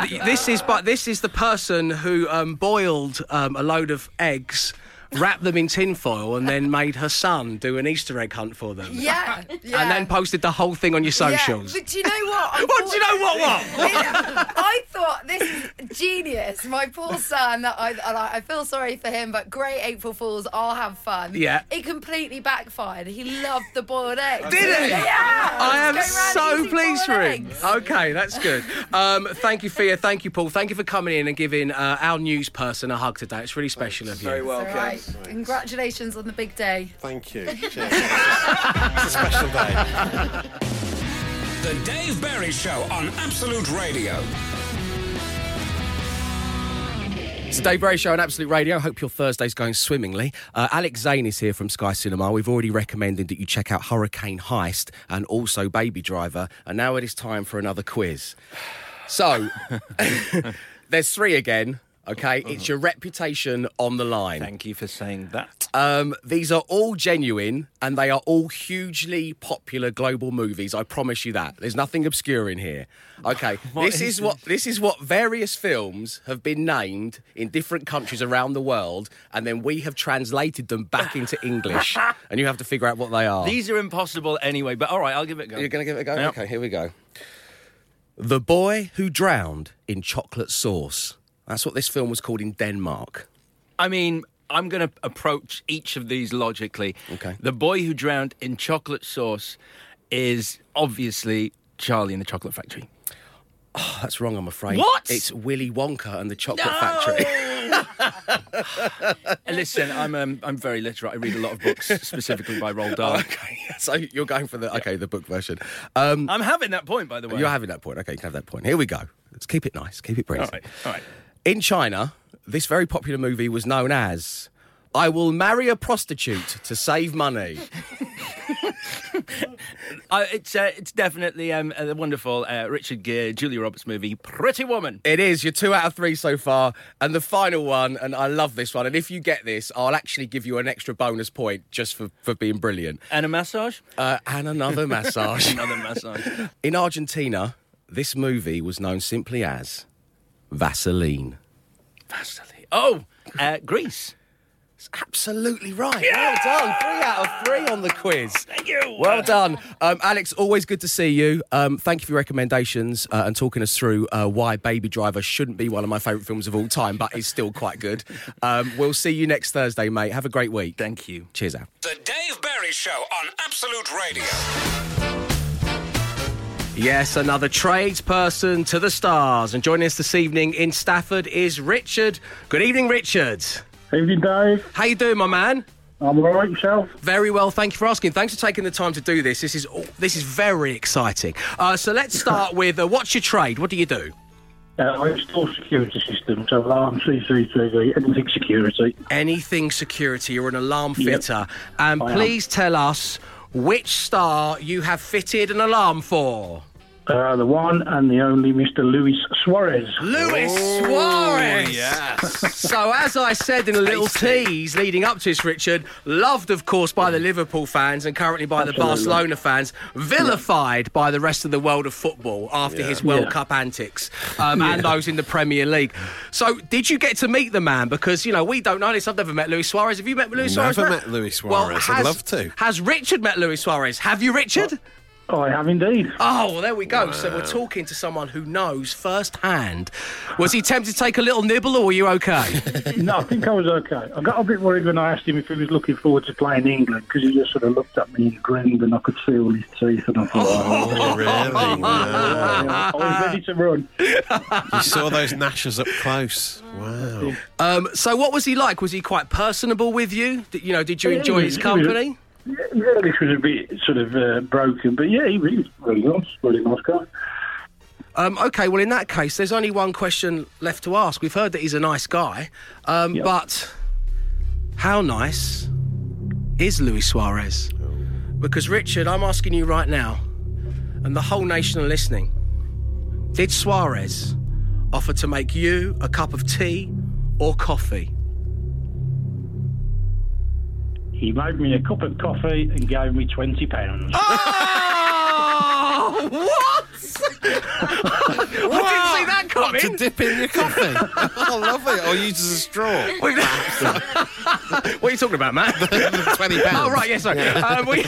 um, th- this is but this is the person who um, boiled um, a load of eggs, wrapped them in tinfoil, and then made her son do an Easter egg hunt for them.
yeah, yeah.
And then posted the whole thing on your
Yeah,
socials.
But do you know what?
*laughs* What, do you know what, what?
Unfortunately, *laughs* I thought this is genius. My poor son. That I, I I feel sorry for him, but great April Fools. I'll have fun.
Yeah.
It completely backfired. He loved the boiled egg.
Did it?
Yeah.
I am
Just go round
so
easy
pleased
boiled
for him.
eggs.
Okay, that's good. Um, thank you, Thea. Thank you, Paul. Thank you for coming in and giving uh, our news person a hug today. It's really special of you. Very
It's all right. Congratulations on the big day.
Thank *laughs* you.
It's a special day. the Dave Berry Show on Absolute Radio.
It's the Dave Berry Show on Absolute Radio. Hope your Thursday's going swimmingly. Uh, Alex Zane is here from Sky Cinema. We've already recommended that you check out Hurricane Heist and also Baby Driver. And now it is time for another quiz. So, *laughs* there's three again. Okay, it's your reputation on the line. Thank
Uh-huh. you for saying that.
Um, these are all genuine and they are all hugely popular global movies. I promise you that. There's nothing obscure in here. Okay,
*laughs* What
this
is
is what this is what various films have been named in different countries around the world, and then we have translated them back into
*laughs*
English, and you have to figure out what they are.
These are impossible anyway, but all right, I'll give it a go.
You're gonna give it a go.
Yeah.
Okay, here we go. The boy who drowned in chocolate sauce. That's what this film was called in Denmark.
I mean, I'm going to approach each of these logically. Okay. The boy who drowned in chocolate sauce is obviously Charlie in the Chocolate Factory.
Oh, that's wrong, I'm afraid.
What?
It's Willy Wonka and the Chocolate Factory.
Listen, I'm um, I'm very literate. I read a lot of
*laughs*
books, specifically by Roald Dahl.
Okay, *laughs* so you're going for the okay the book version. Um,
I'm having that point, by the way.
You're having that point. Okay, you can have that point. Here we go. Let's keep it nice. Keep it breezy.
All right, all right.
In China, this very popular movie was known as I will marry a prostitute to save money.
Uh, it's uh, it's definitely um, a wonderful uh, Richard Gere, Julia Roberts movie, Pretty Woman.
It is. You're two out of three so far. And the final one, and I love this one. And if you get this, I'll actually give you an extra bonus point just for, for being brilliant.
And a massage?
Uh,
*laughs*
and another massage.
another massage.
In Argentina, this movie was known simply as Vaseline.
Vaseline. Oh, uh, Greece.
It's absolutely right. Well done. Three out of three on the quiz. Thank
you.
Well done. Um, Alex, always good to see you. Um, thank you for your recommendations uh, and talking us through uh, why Baby Driver shouldn't be one of my favourite films of all time, but is still quite good. Um, we'll see you next Thursday, mate. Have a great week.
Thank you.
Cheers out.
The Dave Berry Show on Absolute Radio.
Yes, another tradesperson to the stars. And joining us this evening in Stafford is Richard. Good evening, Richard.
Evening, Dave.
How you doing, my man?
I'm all right, yourself?
Very well, thank you for asking. Thanks for taking the time to do this. This is all this is very exciting. Uh, so let's *laughs* start with uh, what's your trade? What do you do?
Uh, I install security systems, alarm, CCTV, anything security.
Anything security. You're an alarm fitter, and please tell us which star you have fitted an alarm for.
Uh, the one and the only Mr. Luis Suarez.
Luis Suarez. Yes. so as I said in a little tease leading up to this, Richard, loved of course by the Liverpool fans and currently by the
Absolutely.
Barcelona fans, vilified by the rest of the world of football after
Yeah.
his World
Yeah.
Cup antics um, and
Yeah.
those in the Premier League. So did you get to meet the man? Because you know we don't know this. I've never met Luis Suarez. Have you met Luis
Never
Suarez? Brett?
met Luis
Well,
Suarez. I'd
has-
love to.
Has Richard met Luis Suarez? Have you, Richard?
I have indeed.
Oh, well, there we go. So
Wow.
we're talking to someone who knows firsthand. Was he tempted to take a little nibble, or were you
*laughs*
okay?
no, I think I was okay. I got a bit worried when I asked him if he was looking forward to playing England because he just sort of looked at me and grinned and I could see all his teeth and
*laughs*
I thought, oh,
really? *laughs* Wow.
I was ready to run.
You saw those gnashers up close. Wow.
um, so what was he like? Was he quite personable with you? Did, you know, did you
Yeah,
enjoy
he
his
was- he was-
company?
Yeah, yeah, this was a bit sort of uh, broken, but yeah, he was he was really nice, really nice guy.
Um, okay, well, in that case, there's only one question left to ask. We've heard that he's a nice guy, um, but how nice is Luis Suarez? Because, Richard, I'm asking you right now, and the whole nation are listening did Suarez offer to make you a cup of tea or coffee?
He made me a cup of coffee and gave me twenty pounds.
Oh, *laughs* what? I didn't see that coming.
To dip in your coffee. I love Oh, it. Or use as a
*laughs*
straw.
what are you talking about, *laughs* Matt?
Twenty pounds.
Oh right, yes, sorry.
Yeah.
Um, we,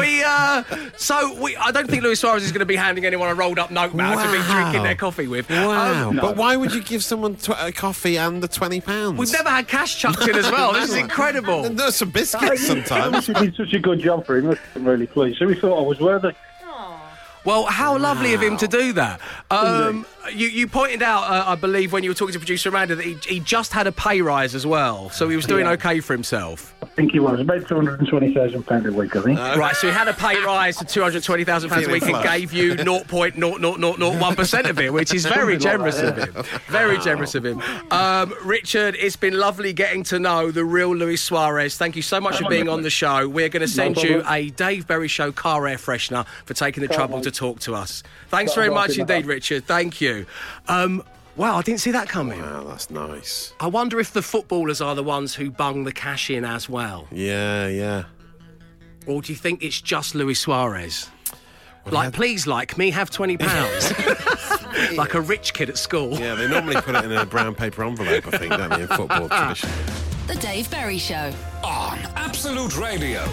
*laughs* we, uh, so we. I don't think Luis Suarez is going to be handing anyone a rolled up note now to be
Wow.
drinking their coffee with.
Wow.
Um,
But why would you give someone tw- a coffee and the twenty pounds?
We've never had cash chucked in as well. *laughs* This is incredible.
And there's some biscuits *laughs* sometimes.
He did such a good job for him. I'm really pleased. So we thought I was worthy.
Well, how lovely of him to do that. Um, you, you pointed out, uh, I believe, when you were talking to producer Amanda, that he, he just had a pay rise as well, so he was doing
Yeah.
okay for himself.
I think he was about two hundred and twenty thousand pound a week. I think.
Right, so he had a pay rise to two hundred twenty thousand pounds a
Feeling
week and
flush.
gave
*laughs*
you 0.00001 percent of it, which is very
Something like
generous
that,
of him. Very generous of him. Um, Richard, it's been lovely getting to know the real Luis Suarez. Thank you so much for being on the show. We're going to send you a Dave Berry Show car air freshener for taking the trouble to talk to us. Thanks very much indeed, Richard. Thank you. Um, wow, I didn't see that coming.
Wow, Oh, that's nice.
I wonder if the footballers are the ones who bung the cash in as well.
Yeah, yeah.
Or do you think it's just Luis Suarez? like, please like me, have twenty pounds. like a rich kid at school.
Yeah, they normally put it in a brown paper envelope, I think, *laughs* don't they, in football tradition.
The Dave Berry Show.
On Absolute Radio.